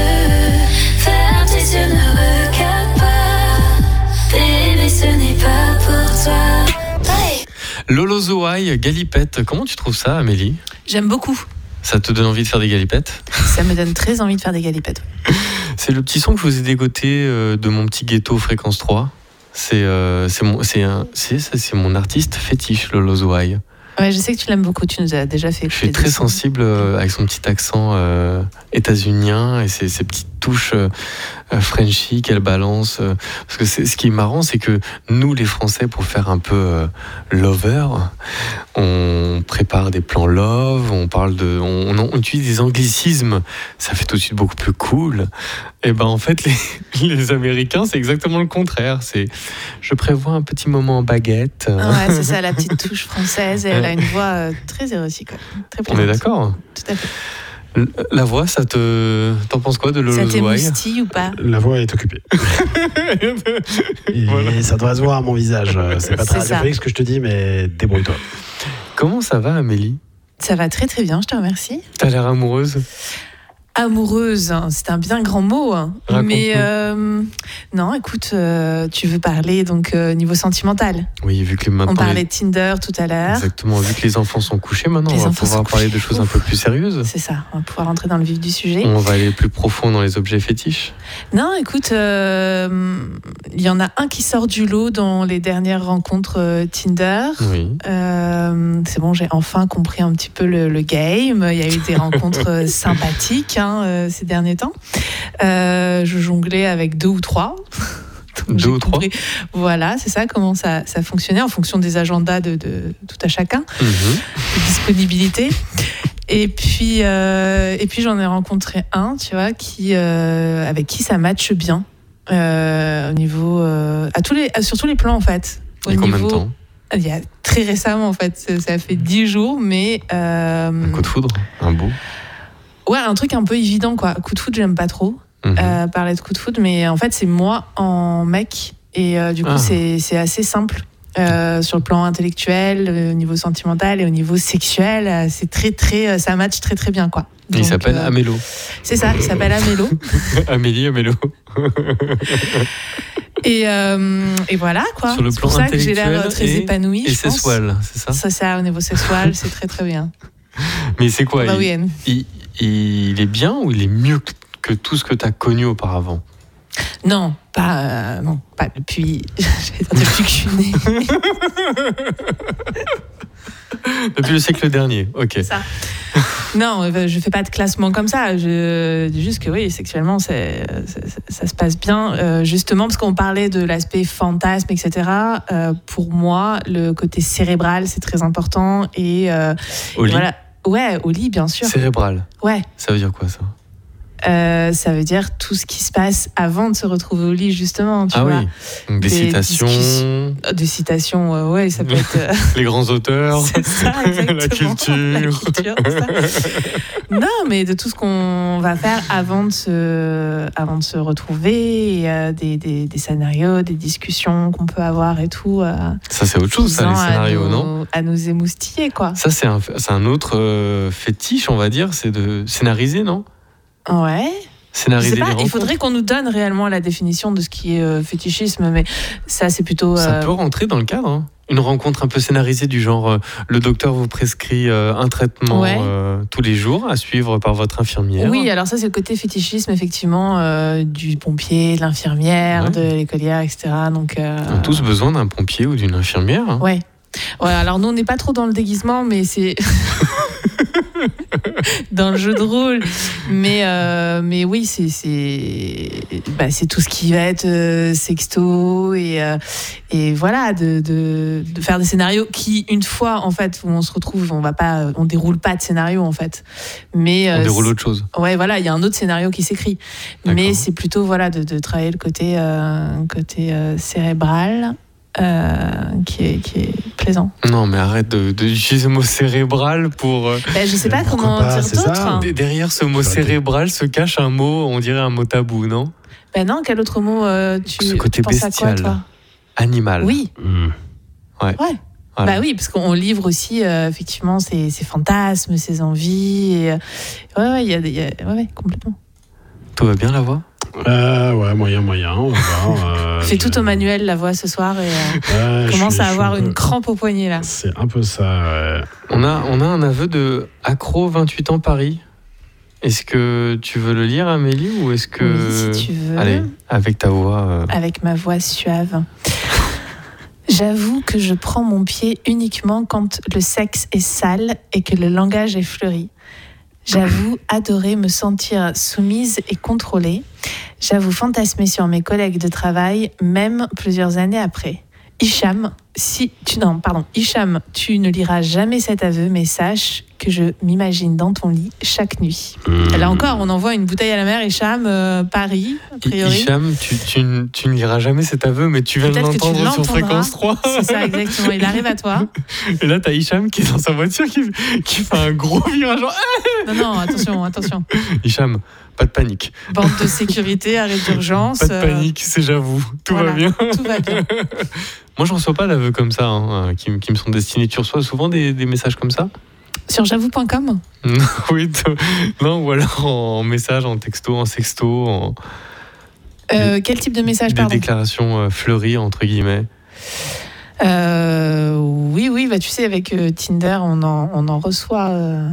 Speaker 9: Ferme tes yeux, ne regarde pas. Bébé, ce n'est pas pour toi.
Speaker 2: Lolo Zoai, galipette. Comment tu trouves ça, Amélie
Speaker 8: J'aime beaucoup.
Speaker 2: Ça te donne envie de faire des galipettes
Speaker 8: Ça me donne très envie de faire des galipettes.
Speaker 2: C'est le petit son que je vous ai dégoté euh, de mon petit ghetto fréquence 3. C'est euh, c'est mon, c'est un- c'est- ça, c'est mon artiste fétiche, Lolo Zoai.
Speaker 8: Ouais, je sais que tu l'aimes beaucoup. Tu nous as déjà fait.
Speaker 2: Je suis
Speaker 8: écouter
Speaker 2: très
Speaker 8: des sons.
Speaker 2: sensible euh, avec son petit accent euh, états-unien et ses, ses petites touches euh, euh, Frenchy qu'elle balance. euh, parce que c'est- ce qui est marrant, c'est que nous, les Français, pour faire un peu euh, lover, on prépare des plans love, on parle de, on, on utilise des anglicismes. Ça fait tout de suite beaucoup plus cool. Et ben en fait, les, les Américains, c'est exactement le contraire. C'est, je prévois un petit moment en baguette.
Speaker 8: Ouais, c'est ça, la petite touche française. Et elle a une voix euh, très érotique. ouais. Très
Speaker 2: On est
Speaker 8: plaisante.
Speaker 2: d'accord.
Speaker 8: Tout à fait.
Speaker 2: L- La voix, ça te. T'en penses quoi de
Speaker 8: Ça
Speaker 2: Lolo Zouai
Speaker 8: t'émoustille ou pas
Speaker 7: La voix est occupée. Et
Speaker 2: Voilà.
Speaker 7: ça doit se voir à mon visage. Euh, C'est pas très
Speaker 8: C'est ça.
Speaker 7: radiophonique ce que je te dis, mais débrouille-toi.
Speaker 2: Comment ça va, Amélie
Speaker 8: Ça va très très bien, je te remercie.
Speaker 2: T'as l'air amoureuse
Speaker 8: Amoureuse, hein, c'est un bien grand mot. hein.
Speaker 2: Raconte-nous.
Speaker 8: Mais euh, non, écoute, euh, tu veux parler donc euh, niveau sentimental.
Speaker 2: Oui, vu que
Speaker 8: On
Speaker 2: maintenant.
Speaker 8: parlait
Speaker 2: les-
Speaker 8: de Tinder tout à l'heure.
Speaker 2: Exactement, vu que les enfants sont couchés maintenant,
Speaker 8: Les
Speaker 2: on va
Speaker 8: enfants
Speaker 2: pouvoir
Speaker 8: sont
Speaker 2: parler de
Speaker 8: couchés.
Speaker 2: choses un peu plus sérieuses.
Speaker 8: C'est ça, Mm. on va pouvoir rentrer dans le vif du sujet.
Speaker 2: On va aller plus profond dans les objets fétiches.
Speaker 8: Non, écoute, euh, il y en a un qui sort du lot dans les dernières rencontres euh, Tinder.
Speaker 2: Oui.
Speaker 8: Euh, c'est bon, j'ai enfin compris un petit peu le, le game. Il y a eu des rencontres euh, sympathiques hein, euh, ces derniers temps. Euh, je jonglais avec deux ou trois. Donc,
Speaker 2: Deux
Speaker 8: j'ai
Speaker 2: ou trois
Speaker 8: compris. Voilà, c'est ça, comment ça, ça fonctionnait en fonction des agendas de, de tout à chacun,
Speaker 2: Mhm.
Speaker 8: des disponibilités. Et puis, euh, et puis j'en ai rencontré un, tu vois, qui, euh, avec qui ça matche bien. euh, au niveau. euh, à tous les, à- sur tous les plans, en fait. Au
Speaker 2: Et combien
Speaker 8: niveau-
Speaker 2: de temps
Speaker 8: il y a très récemment, en fait, ça- ça fait dix jours, mais euh,
Speaker 2: Mm. Un coup de foudre Un beau
Speaker 8: ouais, un truc un peu évident, quoi. Coup de foot, j'aime pas trop
Speaker 2: Mhm.
Speaker 8: euh, parler de coup de foot, mais en fait, c'est moi en mec, et euh, du coup,
Speaker 2: Ah.
Speaker 8: c'est c'est assez simple. euh, sur le plan intellectuel, euh, au niveau sentimental et au niveau sexuel, euh, c'est très très, euh, ça match très très bien quoi.
Speaker 2: Il
Speaker 8: Donc,
Speaker 2: s'appelle
Speaker 8: euh,
Speaker 2: Amélo.
Speaker 8: C'est ça, il s'appelle Amélo.
Speaker 2: Amélie, Amélo.
Speaker 8: Et, euh, et voilà quoi.
Speaker 2: Sur le
Speaker 8: C'est pour
Speaker 2: plan
Speaker 8: ça que j'ai l'air euh,
Speaker 2: intellectuel
Speaker 8: très
Speaker 2: et-
Speaker 8: épanouie.
Speaker 2: Et
Speaker 8: je
Speaker 2: c'est
Speaker 8: pense.
Speaker 2: Swal, c'est ça
Speaker 8: Ça, ça, au niveau sexuel, c'est très très bien.
Speaker 2: Mais c'est quoi
Speaker 8: bah
Speaker 2: il,
Speaker 8: oui, Anne.
Speaker 2: il, il est bien ou il est mieux que- que tout ce que t'as connu auparavant
Speaker 8: Non, pas, euh, non, pas depuis, j'allais dire depuis que je suis née.
Speaker 2: Depuis le siècle dernier, ok.
Speaker 8: Ça. Non, euh, je fais pas de classement comme ça. Je dis juste que oui, sexuellement, c'est- c'est- c'est- ça se passe bien. Euh, justement, parce qu'on parlait de l'aspect fantasme, etc. euh, pour moi, le côté cérébral, c'est très important. Et, euh,
Speaker 2: Au lit,
Speaker 8: voilà. Ouais, au lit, bien sûr.
Speaker 2: cérébral.
Speaker 8: Ouais.
Speaker 2: Ça veut dire quoi ça
Speaker 8: Euh, ça veut dire tout ce qui se passe avant de se retrouver au lit, justement. Tu
Speaker 2: Ah
Speaker 8: vois.
Speaker 2: oui, donc des,
Speaker 8: Des
Speaker 2: citations,
Speaker 8: discussions. Des citations, euh, ouais, ça peut être. euh,
Speaker 2: les grands auteurs.
Speaker 8: C'est ça, exactement.
Speaker 2: La culture.
Speaker 8: La culture, ça. non, mais de tout ce qu'on va faire avant de se, avant de se retrouver, et, euh, des, des- des scénarios, des discussions qu'on peut avoir et tout. euh,
Speaker 2: Ça c'est autre chose, ça,
Speaker 8: visant
Speaker 2: les
Speaker 8: à
Speaker 2: scénarios,
Speaker 8: nous-
Speaker 2: non
Speaker 8: À nous émoustiller, quoi.
Speaker 2: Ça c'est un, c'est un autre euh, fétiche, on va dire, c'est de scénariser, non
Speaker 8: Ouais. Je
Speaker 2: Scénariser
Speaker 8: sais
Speaker 2: les
Speaker 8: pas, il
Speaker 2: rencontres.
Speaker 8: faudrait qu'on nous donne réellement la définition de ce qui est euh, fétichisme, mais ça, c'est plutôt.
Speaker 2: Ça
Speaker 8: euh,
Speaker 2: peut rentrer dans le cadre. hein. une rencontre un peu scénarisée du genre euh, le docteur vous prescrit euh, un traitement
Speaker 8: Ouais.
Speaker 2: euh, tous les jours à suivre par votre infirmière.
Speaker 8: Oui, alors ça, c'est le côté fétichisme, effectivement, euh, du pompier, de l'infirmière,
Speaker 2: Ouais. Ah,
Speaker 8: de l'écolière, etc. Donc, euh,
Speaker 2: On a tous besoin d'un pompier ou d'une infirmière. hein.
Speaker 8: Ouais. Ouais, alors nous, on n'est pas trop dans le déguisement, mais c'est. dans le jeu de rôle. Mais, euh, mais oui, c'est c'est bah, c'est tout ce qui va être euh, sexto et, euh, et voilà, de, de, de faire des scénarios qui, une fois, en fait, où on se retrouve, on va pas, on déroule pas de scénario, en fait. Mais,
Speaker 2: On
Speaker 8: euh,
Speaker 2: déroule autre chose.
Speaker 8: Ouais, voilà, il y a un autre scénario qui s'écrit.
Speaker 2: D'accord.
Speaker 8: Mais c'est plutôt voilà, de, de travailler le côté, euh, côté euh, cérébral euh, qui, est, qui est plaisant.
Speaker 2: Non, mais arrête de- de- d'utiliser le mot cérébral pour. euh,
Speaker 8: Ben, je sais
Speaker 7: Mais
Speaker 8: pas
Speaker 7: pourquoi
Speaker 8: comment
Speaker 7: pas,
Speaker 8: dire
Speaker 7: c'est ça.
Speaker 8: d'autre. hein.
Speaker 2: d- Derrière ce mot
Speaker 7: Ça aurait été-
Speaker 2: cérébral se cache un mot, on dirait un mot tabou, non
Speaker 8: Ben non, quel autre mot euh, tu,
Speaker 2: Ce côté
Speaker 8: tu penses à quoi,
Speaker 2: bestial.
Speaker 8: toi
Speaker 2: Animal.
Speaker 8: Oui,
Speaker 7: Hmm.
Speaker 2: Voilà.
Speaker 8: bah oui, parce qu'on livre aussi euh, effectivement ses, ses fantasmes, ses envies. Et, euh, ouais, ouais, il y a, des- il y a- ouais, ouais, complètement.
Speaker 2: Tout va bien la voix
Speaker 7: Euh, ouais, moyen, moyen. On va voir. euh,
Speaker 8: Fais tout
Speaker 7: je-
Speaker 8: au manuel la voix ce soir et euh,
Speaker 7: Ouais, je
Speaker 8: commence
Speaker 7: suis-
Speaker 8: à
Speaker 7: je suis
Speaker 8: avoir
Speaker 7: un
Speaker 8: une
Speaker 7: peu-
Speaker 8: crampe au poignet là.
Speaker 7: C'est un peu ça, ouais.
Speaker 2: On a, on a un aveu de Accro 28 ans Paris. Est-ce que tu veux le lire, Amélie, ou est-ce que.
Speaker 8: Oui, si tu veux.
Speaker 2: Allez, avec ta voix. euh,
Speaker 8: avec ma voix suave. J'avoue que je prends mon pied uniquement quand le sexe est sale et que le langage est fleuri. J'avoue adorer me sentir soumise et contrôlée. J'avoue fantasmer sur mes collègues de travail, même plusieurs années après. Hicham, si tu non, pardon, Hicham, tu ne liras jamais cet aveu, mais sache que je m'imagine dans ton lit chaque nuit.
Speaker 2: Mmh.
Speaker 7: Hmm.
Speaker 8: Là encore, on envoie une bouteille à la mer, Hicham, euh, Paris, a
Speaker 2: Hi-
Speaker 8: priori.
Speaker 2: Hicham, tu, tu, n- tu ne liras jamais cet aveu, mais tu viens de
Speaker 8: Peut-être que tu
Speaker 2: l'entendre sur
Speaker 8: l'entendras.
Speaker 2: fréquence 3.
Speaker 8: C'est ça, exactement. Il arrive à toi.
Speaker 2: Et là, t'as Hicham qui est dans sa voiture qui, qui fait un gros virage. en- Ah
Speaker 8: Non, non, attention, attention.
Speaker 2: Hicham, pas de panique.
Speaker 8: Bande de sécurité, arrêt d'urgence.
Speaker 2: Pas de
Speaker 8: euh,
Speaker 2: panique, c'est j'avoue. Tout
Speaker 8: voilà,
Speaker 2: va bien.
Speaker 8: Tout va bien.
Speaker 2: Moi, je reçois pas d'aveux comme ça, hein, euh, qui, m- qui me sont destinés. Tu reçois souvent des, des messages comme ça
Speaker 8: Sur j'avoue.com
Speaker 2: Oui, t- non, ou alors en message, en texto, en sexto, en,
Speaker 8: euh, Quel type de message,
Speaker 2: des
Speaker 8: Ah, pardon
Speaker 2: déclarations euh, fleuries, entre guillemets.
Speaker 8: Euh, Oui, oui, bah, tu sais, avec euh, Tinder, on en, on en reçoit. euh,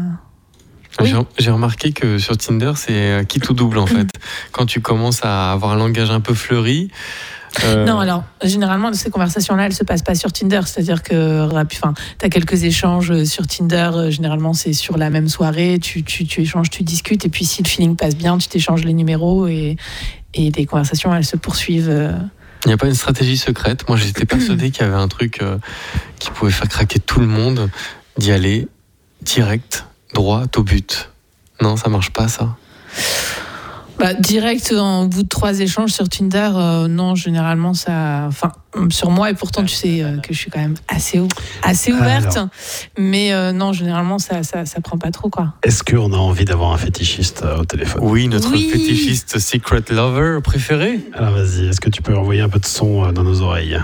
Speaker 8: Oui.
Speaker 2: J'ai- J'ai remarqué que sur Tinder, c'est euh, qui tout double en fait. Quand tu commences à avoir un langage un peu fleuri. euh,
Speaker 8: Non, alors, généralement, ces conversations-là, elles se passent pas sur Tinder. C'est-à-dire que rap- enfin, tu as quelques échanges euh, sur Tinder. euh, Généralement, c'est sur la même soirée. Tu, tu, tu échanges, tu discutes. Et puis, si le feeling passe bien, tu t'échanges les numéros. Et, et les conversations, elles se poursuivent. euh.
Speaker 2: Il n'y a pas une stratégie secrète. Moi, j'étais persuadé qu'il y avait un truc euh, qui pouvait faire craquer tout le monde, d'y aller direct, droit, au but. Non, ça marche pas, ça.
Speaker 8: Bah, direct, en, au bout de trois échanges sur Tinder, euh, non, généralement, ça. Enfin, mm, sur moi, et pourtant, tu sais euh, que je suis quand même assez, ou- assez ouverte. Mais euh, non, généralement, ça, ça, ça prend pas trop, quoi.
Speaker 7: Est-ce qu'on a envie d'avoir un fétichiste euh, au téléphone
Speaker 2: Oui, notre
Speaker 8: Oui.
Speaker 2: fétichiste secret lover préféré.
Speaker 7: Alors vas-y, est-ce que tu peux envoyer un peu de son euh, dans nos oreilles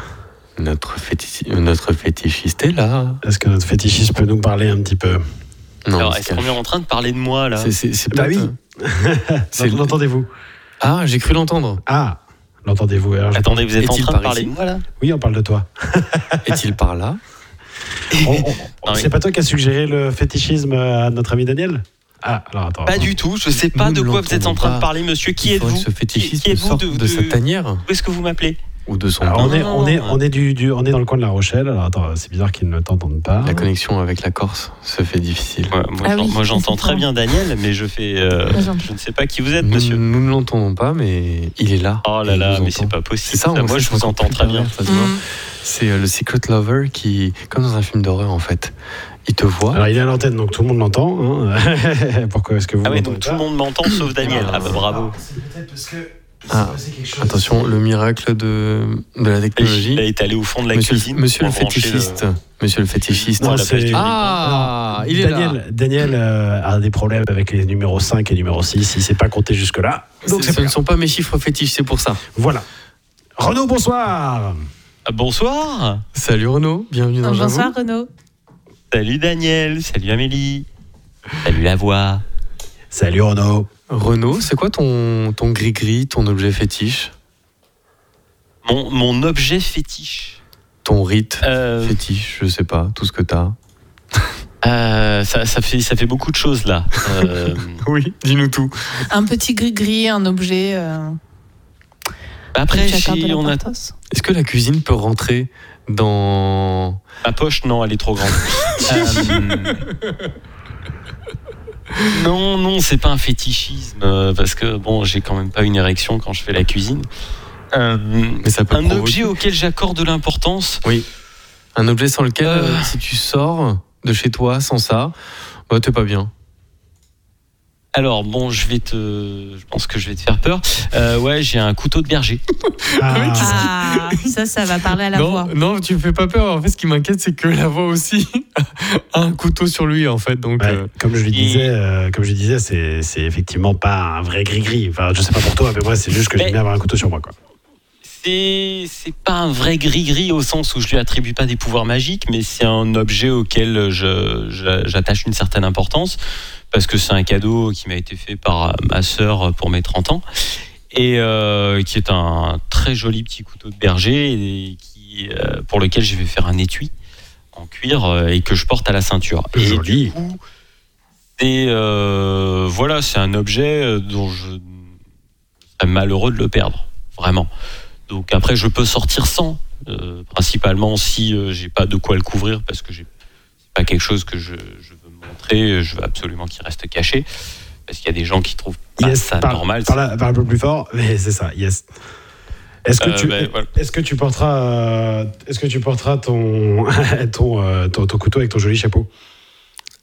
Speaker 2: Notre, fétichi- euh, notre fétichiste est là.
Speaker 7: Est-ce que notre fétichiste peut nous parler un petit peu
Speaker 2: Non,
Speaker 1: Alors,
Speaker 2: c'est-
Speaker 1: est-ce qu'on est en train de parler de moi là
Speaker 2: c'est- c'est- c'est
Speaker 7: Bah
Speaker 2: peut-être- C'est-
Speaker 7: L'entendez-vous
Speaker 2: Ah, j'ai cru l'entendre.
Speaker 7: Ah L'entendez-vous Alors, je-
Speaker 1: Attendez, vous êtes en
Speaker 2: Est-il
Speaker 1: train de
Speaker 2: par
Speaker 1: parler
Speaker 2: ici
Speaker 1: de moi là
Speaker 7: Oui, on parle de toi.
Speaker 2: Est-il par là
Speaker 7: On- on-
Speaker 1: Non,
Speaker 7: C'est
Speaker 1: mais-
Speaker 7: pas toi qui as suggéré le fétichisme euh, à notre ami Daniel Ah, alors attends.
Speaker 1: Pas du tout, je sais pas
Speaker 2: Nous
Speaker 1: de
Speaker 2: ne
Speaker 1: quoi vous êtes en
Speaker 2: l'entendons
Speaker 1: train
Speaker 2: pas.
Speaker 1: de parler, monsieur. Qui
Speaker 2: Il faudrait
Speaker 1: êtes-vous
Speaker 2: que ce fétichisme
Speaker 1: Qui- qui êtes-vous
Speaker 2: sorte
Speaker 1: de-
Speaker 2: de,
Speaker 1: de-
Speaker 2: sa tanière
Speaker 1: Où est-ce que vous m'appelez
Speaker 2: ou de son bain.
Speaker 7: Alors, on, est,
Speaker 1: non,
Speaker 7: on,
Speaker 1: non,
Speaker 7: est,
Speaker 1: non.
Speaker 7: on, est du, du- on est dans le coin de la Rochelle, alors attends, c'est bizarre qu'ils ne t'entendent pas.
Speaker 2: La connexion avec la Corse se fait difficile.
Speaker 1: Ouais, Moi,
Speaker 8: Ah
Speaker 1: j'en-
Speaker 8: oui,
Speaker 1: moi, j'entends
Speaker 8: c'est
Speaker 1: très
Speaker 8: ça.
Speaker 1: bien Daniel, mais je fais. euh,
Speaker 8: Moi, j'entends.
Speaker 1: je ne sais pas qui vous êtes,
Speaker 2: Nous,
Speaker 1: monsieur.
Speaker 2: nous ne l'entendons pas, mais il est là.
Speaker 1: Oh
Speaker 2: Et
Speaker 1: là
Speaker 2: il
Speaker 1: là,
Speaker 2: nous entend.
Speaker 1: mais c'est pas
Speaker 2: C'est
Speaker 1: possible.
Speaker 2: ça, on
Speaker 1: moi,
Speaker 2: sait
Speaker 1: je
Speaker 2: qu'on
Speaker 1: vous entends
Speaker 2: plus
Speaker 1: très bien. Mm.
Speaker 2: derrière, ça se
Speaker 8: Mm.
Speaker 2: voit. C'est euh, le secret lover qui, comme dans un film d'horreur en fait, il te voit.
Speaker 7: Alors il est à l'antenne, donc tout le monde l'entend. hein. Pourquoi est-ce que vous
Speaker 1: Ah oui,
Speaker 7: l'entendez
Speaker 1: donc tout
Speaker 7: pas
Speaker 1: le monde m'entend sauf Daniel. Ah bah bravo.
Speaker 2: Ah, attention, le miracle de, de la technologie.
Speaker 1: Il a été allé au fond de la
Speaker 2: monsieur,
Speaker 1: cuisine.
Speaker 2: monsieur le
Speaker 1: pour brancher
Speaker 2: fétichiste. Monsieur le fétichiste.
Speaker 7: Non,
Speaker 1: la
Speaker 7: c'est-
Speaker 1: page.
Speaker 2: Ah, il est
Speaker 7: Daniel,
Speaker 2: là.
Speaker 7: Daniel euh, a des problèmes avec les numéros 5 et numéro 6. Il s'est pas compté jusque-là. Donc
Speaker 2: Ce
Speaker 7: c'est
Speaker 2: ce
Speaker 7: pas
Speaker 2: ne
Speaker 7: grave.
Speaker 2: sont pas mes chiffres fétiches, c'est pour ça.
Speaker 7: Voilà. Renaud, bonsoir.
Speaker 1: Ah, bonsoir.
Speaker 2: Salut Renaud, bienvenue dans J'avoue.
Speaker 8: Ah, Bonsoir, Renaud.
Speaker 1: Salut Daniel. Salut Amélie. Salut la voix.
Speaker 7: Salut Renaud.
Speaker 2: Renaud, c'est quoi ton ton gris-gris, ton objet fétiche
Speaker 1: Mon, mon objet fétiche.
Speaker 2: ton rite
Speaker 1: Euh,
Speaker 2: fétiche, je sais pas, tout ce que t'as.
Speaker 1: euh, ça, ça fait, ça fait beaucoup de choses là. Euh,
Speaker 2: Oui, dis-nous tout.
Speaker 8: Un petit gris-gris, un objet. euh,
Speaker 1: après,
Speaker 8: que tu accordes de
Speaker 1: si on a
Speaker 8: l'importance.
Speaker 2: Est-ce que la cuisine peut rentrer dans
Speaker 1: Ma poche, non, elle est trop grande. Euh, non, non, c'est pas un fétichisme euh, parce que bon, j'ai quand même pas une érection quand je fais la cuisine. Euh,
Speaker 2: Mais ça peut
Speaker 1: un
Speaker 2: provoquer-
Speaker 1: objet auquel j'accorde de l'importance.
Speaker 2: un objet sans lequel,
Speaker 1: Euh.
Speaker 2: euh, si tu sors de chez toi sans ça, bah, t'es pas bien.
Speaker 1: Alors bon, je vais te, je pense que je vais te faire peur. Euh, ouais, j'ai un couteau de berger.
Speaker 7: Ah,
Speaker 8: Ah, ça, ça va parler à la
Speaker 2: non,
Speaker 8: voix.
Speaker 2: non, tu me fais pas peur. En fait, ce qui m'inquiète, c'est que la voix aussi a un couteau sur lui, en fait. Donc,
Speaker 7: Ouais,
Speaker 2: euh,
Speaker 7: comme je le
Speaker 1: et-
Speaker 7: disais, euh, comme je le disais, c'est c'est effectivement pas un vrai gris-gris. Enfin, je sais pas pour toi, mais moi, c'est juste que j'aime
Speaker 1: Mais-
Speaker 7: bien avoir un couteau sur moi, quoi.
Speaker 1: C'est c'est pas un vrai gris-gris au sens où je lui attribue pas des pouvoirs magiques, mais c'est un objet auquel je- je- j'attache une certaine importance parce que c'est un cadeau qui m'a été fait par ma sœur pour mes 30 ans et euh, qui est un très joli petit couteau de berger et qui, euh, pour lequel j'ai fait faire un étui en cuir euh, et que je porte à la ceinture. Et
Speaker 7: Joli.
Speaker 1: du coup, c'est, euh, voilà, c'est un objet euh, dont je serais malheureux de le perdre, vraiment. Donc après, je peux sortir sans, euh, principalement si euh, j'ai pas de quoi le couvrir parce que j'ai c'est pas quelque chose que je, je veux montrer, euh, je veux absolument qu'il reste caché parce qu'il y a des gens qui trouvent pas
Speaker 7: Yes,
Speaker 1: ça
Speaker 7: parle-
Speaker 1: normal.
Speaker 7: Parle, parle un peu plus fort, mais c'est ça, yes. Est-ce que,
Speaker 1: Euh,
Speaker 7: tu,
Speaker 1: ben, voilà.
Speaker 7: est-ce que tu porteras, euh, est-ce que tu porteras ton, ton, euh, ton, ton couteau avec ton joli chapeau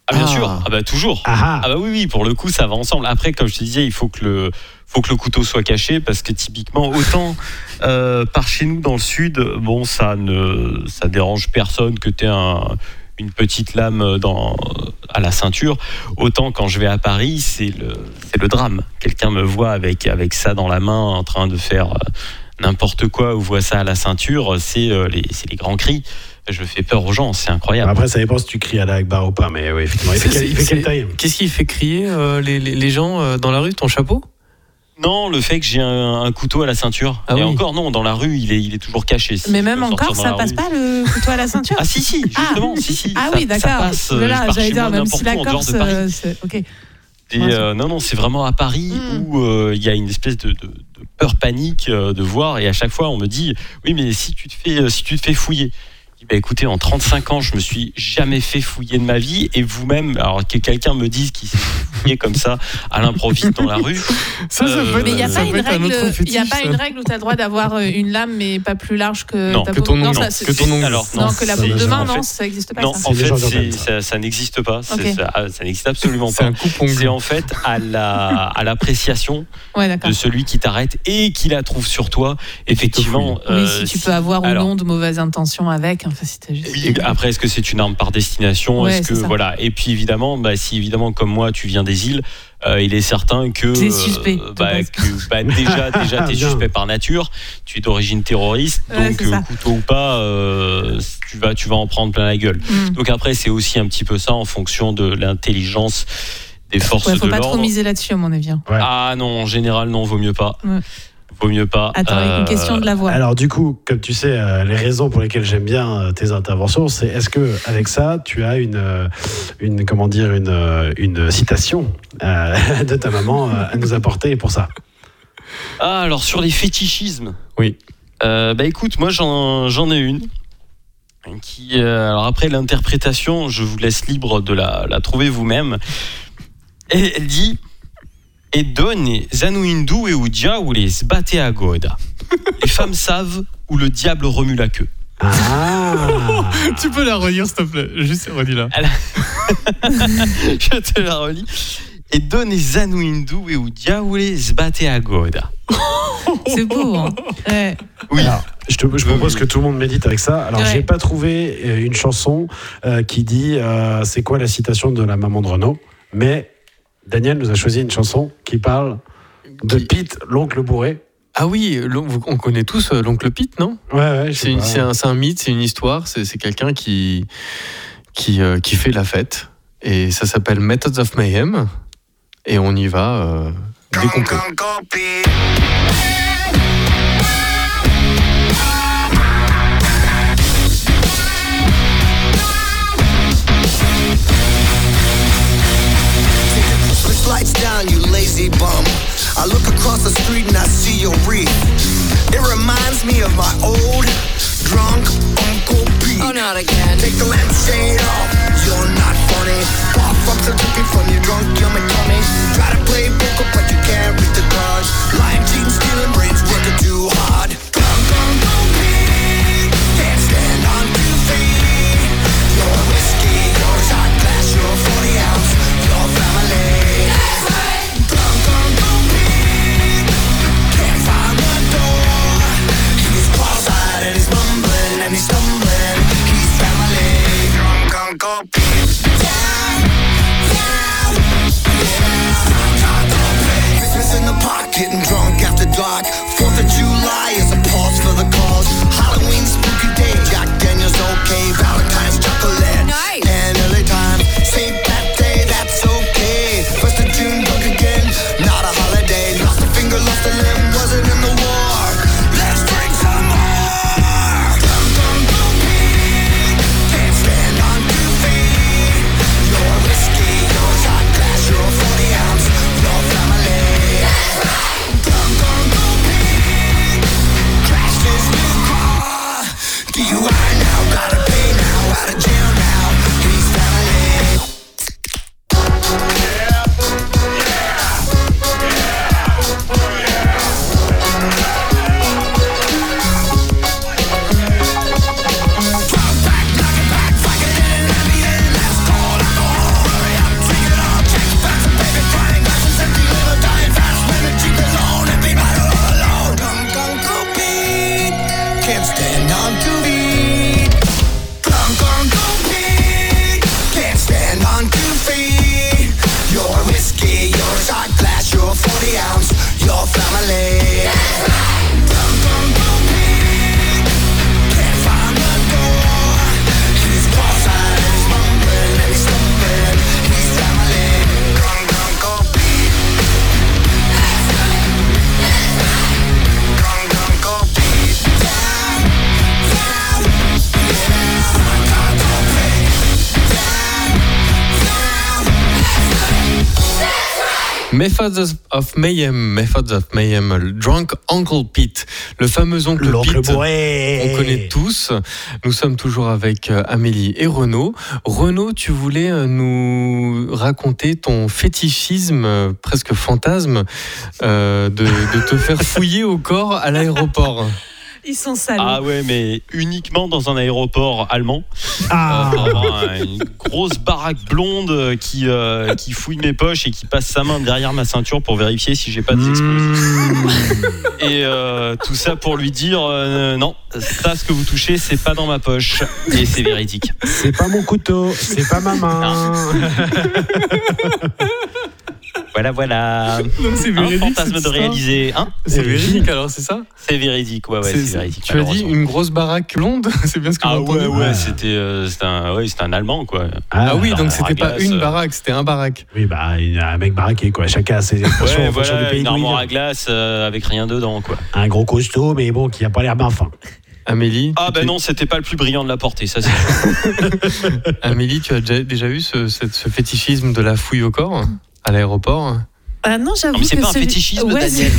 Speaker 1: Ah bien
Speaker 2: Ah.
Speaker 1: sûr, ah bah toujours.
Speaker 7: Ah
Speaker 1: Ah bah oui oui, pour le coup ça va ensemble. Après comme je te disais, il faut que le faut que le couteau soit caché parce que typiquement autant euh, par chez nous dans le sud, bon ça ne ça dérange personne que tu un une petite lame dans à la ceinture, autant quand je vais à Paris, c'est le c'est le drame. Quelqu'un me voit avec avec ça dans la main en train de faire euh, n'importe quoi ou voit ça à la ceinture, c'est euh, les c'est les grands cris. Je fais peur aux gens, c'est incroyable.
Speaker 7: Après, ça dépend si tu cries à la Akbar ou pas, mais oui, effectivement, il fait,
Speaker 2: Ah. C'est-
Speaker 7: quelle- il fait
Speaker 2: c'est-
Speaker 7: quelle taille
Speaker 2: qu'est-ce qui fait crier euh, les, les- les gens euh, dans la rue Ton chapeau
Speaker 1: Non, le fait que j'ai un, un couteau à la ceinture.
Speaker 2: Ah
Speaker 1: et
Speaker 2: oui.
Speaker 1: encore, non, dans la rue, il est, il est toujours caché. Si
Speaker 8: Mais
Speaker 1: je
Speaker 8: même
Speaker 1: veux sortir
Speaker 8: encore,
Speaker 1: dans
Speaker 8: ça
Speaker 1: la
Speaker 8: passe
Speaker 1: rue.
Speaker 8: pas le couteau à la ceinture
Speaker 1: Ah si, si,
Speaker 8: Ah.
Speaker 1: justement, si, si.
Speaker 8: Ah
Speaker 1: ça-
Speaker 8: oui,
Speaker 1: ça
Speaker 8: d'accord.
Speaker 1: passe, euh, je
Speaker 8: Là,
Speaker 1: pars
Speaker 8: j'allais
Speaker 1: chez
Speaker 8: dire,
Speaker 1: moi
Speaker 8: même
Speaker 1: n'importe
Speaker 8: si la
Speaker 1: où en dehors
Speaker 8: Corse,
Speaker 1: de Paris.
Speaker 8: euh, c'est- ok.
Speaker 1: Et, euh, non, non, c'est vraiment à Paris
Speaker 8: Mm.
Speaker 1: où euh, il y a une espèce de, de- de peur panique euh, de voir. Et à chaque fois, on me dit, oui, mais si tu te fais, euh, si tu te fais fouiller. Je dis, Bah, écoutez, en 35 ans, je me suis jamais fait fouiller de ma vie. Et vous-même, alors que quelqu'un me dise qu'il s'est fait fouiller comme ça à l'improviste dans la rue,
Speaker 2: Ça,
Speaker 1: ça Euh, peut être-
Speaker 8: Mais il n'y a
Speaker 1: ça
Speaker 8: pas une règle, il y a pas une
Speaker 2: règle
Speaker 8: règle où tu as le droit d'avoir euh, une lame mais pas plus large que
Speaker 1: euh. Non,
Speaker 8: ta
Speaker 2: que
Speaker 8: paume.
Speaker 2: ton
Speaker 8: Non,
Speaker 2: ongle.
Speaker 8: ça, c'est-
Speaker 2: Que ton ongle.
Speaker 1: Alors,
Speaker 8: Non, que la
Speaker 7: ça,
Speaker 8: paume de
Speaker 7: ça,
Speaker 8: main,
Speaker 1: en
Speaker 8: non,
Speaker 1: fait-
Speaker 8: ça n'existe pas.
Speaker 1: non,
Speaker 8: ça.
Speaker 1: en
Speaker 7: C'est
Speaker 1: fait,
Speaker 7: légendaire,
Speaker 1: c'est-
Speaker 7: ça.
Speaker 1: ça, ça n'existe pas. C'est-
Speaker 8: Ok.
Speaker 1: Ça, ça n'existe absolument
Speaker 2: C'est
Speaker 1: pas.
Speaker 2: un coupe-ongle.
Speaker 1: C'est en fait à la à l'appréciation
Speaker 8: Ouais, d'accord.
Speaker 1: de celui qui t'arrête et qui la trouve sur toi. Effectivement.
Speaker 8: Oui,
Speaker 1: euh,
Speaker 8: si tu
Speaker 1: si-
Speaker 8: peux avoir
Speaker 1: alors-
Speaker 8: ou non de mauvaises intentions avec, enfin, c'était juste.
Speaker 1: oui, ah, après, est-ce que c'est une arme par destination
Speaker 8: Ouais,
Speaker 1: Est-ce que
Speaker 8: c'est ça.
Speaker 1: voilà Et puis évidemment, bah, si évidemment comme moi, tu viens des îles, euh, il est certain que
Speaker 8: T'es
Speaker 1: euh,
Speaker 8: suspect, de
Speaker 1: bah,
Speaker 8: base.
Speaker 1: que- bah, déjà, déjà, t'es
Speaker 7: Bien.
Speaker 1: suspect par nature. Tu es d'origine terroriste,
Speaker 8: Ouais,
Speaker 1: donc
Speaker 8: c'est ça.
Speaker 1: euh, couteau ou pas, euh, tu vas, tu vas en prendre plein la gueule.
Speaker 8: Hmm.
Speaker 1: Donc après, c'est aussi un petit peu ça en fonction de l'intelligence des forces
Speaker 8: Ouais, faut
Speaker 1: de
Speaker 8: pas trop
Speaker 1: l'ordre.
Speaker 8: miser là-dessus, à mon avis. hein.
Speaker 1: Ah non, en général, non, vaut mieux pas.
Speaker 8: Ouais.
Speaker 1: Vaut mieux pas.
Speaker 8: Attends, avec
Speaker 1: Euh,
Speaker 8: une question de la voix.
Speaker 7: Alors du coup, comme tu sais, euh, les raisons pour lesquelles j'aime bien euh, tes interventions, c'est est-ce que avec ça, tu as une, euh, une comment dire, une, euh, une citation euh, de ta maman euh, à nous apporter pour ça
Speaker 1: Ah, alors sur les fétichismes.
Speaker 2: Oui.
Speaker 1: Euh, bah écoute, moi j'en j'en ai une. Qui, euh, alors après l'interprétation, je vous laisse libre de la, la trouver vous-même. Et Elle dit Et donne Zanuindu et Udia ou les Sbate à Goda. Les femmes savent où le diable remue la queue.
Speaker 7: Ah
Speaker 2: Tu peux la redire, s'il te plaît Juste redis-la.
Speaker 1: Je te la relis. Et donne Zanuindu et Udia ou les Sbate à Goda.
Speaker 8: C'est beau. hein. Ouais.
Speaker 1: Oui.
Speaker 7: Alors, je, te, je propose que tout le monde médite avec ça. Alors,
Speaker 8: Ouais.
Speaker 7: j'ai pas trouvé euh, une chanson euh, qui dit euh, c'est quoi la citation de la maman de Renaud, mais Daniel nous a choisi une chanson qui parle de
Speaker 2: Qui-
Speaker 7: Pete, l'oncle bourré.
Speaker 2: Ah oui, l'on- vous- on connaît tous euh, l'oncle Pete, non
Speaker 7: Ouais, ouais, je sais
Speaker 2: C'est une-
Speaker 7: pas.
Speaker 2: c'est un, c'est un mythe, c'est une histoire, c'est c'est quelqu'un qui, qui, euh, qui fait la fête. Et ça s'appelle Methods of Mayhem. Et on y va euh, dès qu'on peut.
Speaker 9: ugly bum. I look across the street and I see your wreath. It reminds me of my old drunk Uncle Pete.
Speaker 3: Oh, not again.
Speaker 9: Take the lampshade off, you're not funny. Pop up so drippy from your drunk yummy tummy. Try to play poker, but you can't read the cards. Lying, cheating, stealing, brains working too hard. Drunk Uncle Pete, can't stand on two feet. Your whiskey, your shot glass, your 40 ounce, your family. Drunk Uncle Pete, can't find the door. He's cross-eyed and he's mumbling and he's stumbling. He's family. Drunk Uncle Pete. Christmas in the park, getting drunk after dark. Fourth of July is a pause for the cause. Halloween, spooky day, Jack Daniels, okay. Valentine's chocolate.
Speaker 3: Nice.
Speaker 9: And early time, St. Pat Day, that's okay. First of June, drunk again, not a holiday. Lost a finger, lost a limb, wasn't in the war. Let's drink some more. Dum dum dum can't stand on two feet. Your whiskey, your shot glass, your 40 ounce, your family. Drunk on cocaine, crashed his new car. DUI now, gotta pay now, out of jail now. He's family. Drunk Uncle Pete can't stand on two feet. Drunk Uncle Pete can't stand on two feet. Your whiskey, your shot glass, your 40 ounce, your family. Drunk Uncle Pete can't find the door. He's cross-eyed, he's mumbling, and he's stumbling. He's family. Drunk Uncle Pete. Drunk Uncle Pete.
Speaker 2: Methods of Mayhem, Methods of Mayhem, le Drunk Uncle Pete, le fameux oncle
Speaker 7: L'oncle
Speaker 2: Pete.
Speaker 7: bourré.
Speaker 2: On connaît tous. Nous sommes toujours avec euh, Amélie et Renaud. Renaud, tu voulais euh, nous raconter ton fétichisme, euh, presque fantasme, euh, de, de te faire fouiller au corps à l'aéroport.
Speaker 8: Ils sont sales.
Speaker 1: Ah ouais, mais uniquement dans un aéroport allemand.
Speaker 7: Ah.
Speaker 1: Euh, avoir une grosse baraque blonde euh, qui, euh, qui fouille mes poches et qui passe sa main derrière ma ceinture pour vérifier si j'ai pas
Speaker 2: Hmm.
Speaker 1: de explosifs.
Speaker 7: Hmm.
Speaker 1: Et euh, tout ça pour lui dire euh, non, ça ce que vous touchez, c'est pas dans ma poche. Et c'est véridique.
Speaker 7: C'est pas mon couteau, c'est pas ma main.
Speaker 1: Voilà, voilà.
Speaker 2: Donc c'est
Speaker 1: Un fantasme de réaliser. Hein
Speaker 2: C'est véridique alors, c'est ça
Speaker 1: c'est véridique, ouais, ouais, c'est véridique.
Speaker 2: Tu as dit
Speaker 1: malheureusement.
Speaker 2: une grosse baraque blonde C'est bien ce que j'ai
Speaker 1: Ah
Speaker 2: entendu
Speaker 1: ouais, ouais, c'était euh, c'était un, ouais, c'était un Allemand, quoi.
Speaker 2: Ah oui, donc
Speaker 1: Baraque
Speaker 2: c'était
Speaker 1: à
Speaker 2: pas
Speaker 1: glace,
Speaker 2: une
Speaker 1: euh,
Speaker 2: baraque, c'était un baraque.
Speaker 7: Oui, bah, il y a un mec baraqué, quoi. Chacun a ses expressions
Speaker 1: Ouais,
Speaker 7: en fonction du
Speaker 1: voilà,
Speaker 7: pays
Speaker 1: une
Speaker 7: d'où il
Speaker 1: armoire
Speaker 7: vient.
Speaker 1: à glace euh, avec rien dedans, quoi.
Speaker 7: Un gros costaud, mais bon, qui a pas l'air bien fin.
Speaker 2: Amélie
Speaker 1: Ah
Speaker 2: tu-
Speaker 1: ben non, c'était pas le plus brillant de la portée, ça c'est sûr.
Speaker 2: Amélie, tu as déjà, déjà eu ce, cette- ce fétichisme de la fouille au corps à l'aéroport
Speaker 8: Ah non, j'avoue
Speaker 1: Non, mais c'est
Speaker 8: que
Speaker 1: pas un
Speaker 8: celui-
Speaker 1: fétichisme,
Speaker 8: Ouais,
Speaker 1: Daniel.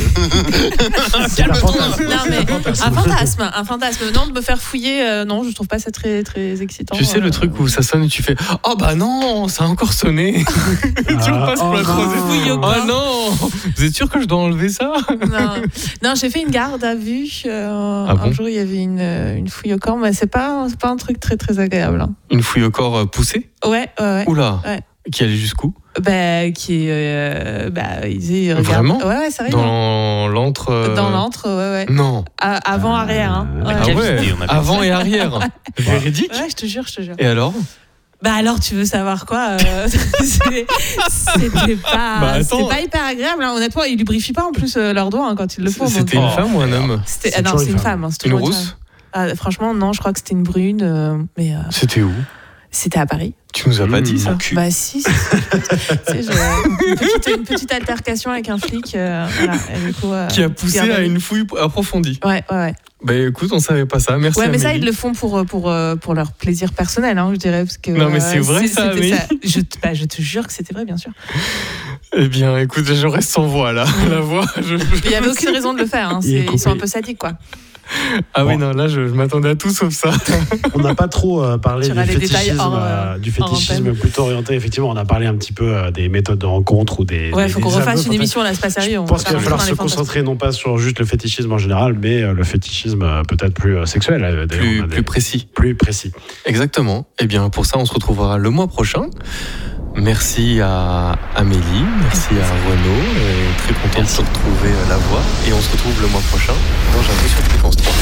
Speaker 7: C'est la fantasme.
Speaker 8: Non, mais
Speaker 7: C'est la fantasme.
Speaker 8: un fantasme, un fantasme. Non, de me faire fouiller, euh, non, je trouve pas ça très, très excitant.
Speaker 2: Tu sais
Speaker 8: Euh,
Speaker 2: le truc où ça sonne et tu fais « Oh bah non, ça a encore sonné
Speaker 7: Ah,
Speaker 2: passes
Speaker 7: oh
Speaker 2: pour la troisième.
Speaker 8: Fouille au
Speaker 2: Oh
Speaker 8: corps.
Speaker 2: non Vous êtes sûr que je dois enlever ça
Speaker 8: Non, Non, j'ai fait une garde à vue. euh,
Speaker 2: Ah
Speaker 8: un
Speaker 2: bon
Speaker 8: jour, il y avait une, euh, une fouille au corps, mais c'est pas, c'est pas un truc très, très agréable. hein. »
Speaker 2: Une fouille au corps euh, poussée
Speaker 8: Ouais, ouais, ouais.
Speaker 2: Oula
Speaker 8: Ouais.
Speaker 2: Qui allait jusqu'où
Speaker 8: Bah, qui est. euh, bah, ils y regardent.
Speaker 2: Vraiment
Speaker 8: Ouais, ouais, sérieux.
Speaker 2: Dans l'antre euh,
Speaker 8: Dans l'antre, ouais, ouais.
Speaker 2: Non
Speaker 8: À- avant, arrière. Hein.
Speaker 7: Ah,
Speaker 8: Ouais.
Speaker 2: Ah ouais
Speaker 1: Cavité, on appelle
Speaker 2: Avant et arrière Véridique
Speaker 8: Ouais, je te jure, je te jure.
Speaker 2: Et alors
Speaker 8: Bah alors, tu veux savoir quoi euh, c'est- C'était pas,
Speaker 2: Bah, attends.
Speaker 8: Ah, c'était pas hyper agréable. hein. Honnêtement, ils lubrifient pas en plus euh, leurs doigts hein, quand ils le font. donc,
Speaker 2: C'était
Speaker 8: euh,
Speaker 2: une femme ou un homme
Speaker 8: c'était-
Speaker 7: C'est
Speaker 8: ah non,
Speaker 7: toujours
Speaker 8: c'est
Speaker 7: une
Speaker 8: une
Speaker 7: femme.
Speaker 8: femme. hein, c'est
Speaker 2: Une
Speaker 8: toujours une
Speaker 2: rousse
Speaker 8: femme. Ah, franchement, non, je crois que c'était une brune, euh, mais euh,
Speaker 2: C'était où
Speaker 8: c'était à Paris.
Speaker 2: Tu nous as pas dit ça
Speaker 1: Mon cul.
Speaker 8: Bah si, si, si, je pense. Tu sais, je- une, petite, une petite altercation avec un flic. euh, voilà, et du coup, euh,
Speaker 2: Bah, Qui a poussé
Speaker 8: garde
Speaker 2: à
Speaker 8: vue.
Speaker 2: une fouille approfondie
Speaker 8: Ouais, ouais, ouais.
Speaker 2: Bah écoute, on savait pas ça. Merci.
Speaker 8: Ouais, mais ça,
Speaker 2: Amélie.
Speaker 8: ils le font pour, euh, pour, euh, pour leur plaisir personnel, hein, je dirais. Parce que,
Speaker 2: Non, mais c'est
Speaker 8: euh,
Speaker 2: vrai, ça,
Speaker 8: c'était
Speaker 2: oui.
Speaker 8: Je, te- bah, je te jure que c'était vrai, bien sûr.
Speaker 2: Eh bien, écoute, je reste sans voix là. La voix, je- je-
Speaker 8: Il n'y avait aucune raison de le faire. hein.
Speaker 7: Il est
Speaker 8: C'est- Ils sont un
Speaker 7: coupé.
Speaker 8: peu sadiques, quoi.
Speaker 2: Ah oui,
Speaker 7: Bon.
Speaker 2: non, là, je, je m'attendais à tout sauf ça.
Speaker 7: Ah, On n'a pas trop euh, parlé
Speaker 8: Tu
Speaker 7: du
Speaker 8: auras les détails
Speaker 7: fétichisme,
Speaker 8: hors,
Speaker 7: euh,
Speaker 8: euh,
Speaker 7: du
Speaker 8: hors
Speaker 7: fétichisme
Speaker 8: antenne.
Speaker 7: plutôt orienté. Effectivement, on a parlé un petit peu euh, des méthodes de rencontre ou des.
Speaker 8: Ouais,
Speaker 7: des-
Speaker 8: faut qu'on
Speaker 7: des aveux,
Speaker 8: refasse une
Speaker 7: en fait.
Speaker 8: émission là, c'est pas
Speaker 7: Je
Speaker 8: sérieux. on
Speaker 7: pense
Speaker 8: va
Speaker 7: qu'il va
Speaker 8: pas
Speaker 7: falloir se
Speaker 8: rentrer dans les
Speaker 7: concentrer non pas sur juste le fétichisme en général, mais euh, le fétichisme euh, peut-être plus euh, sexuel, euh, d'ailleurs, on
Speaker 2: Plus,
Speaker 7: a des-
Speaker 2: plus précis.
Speaker 7: plus précis.
Speaker 2: Exactement. Eh bien, pour ça, on se retrouvera le mois prochain. Merci à Amélie, merci à Renaud. et Très content de se retrouver euh, la voix. Et on se retrouve le mois prochain dans J'avoue sur Fréquence 3.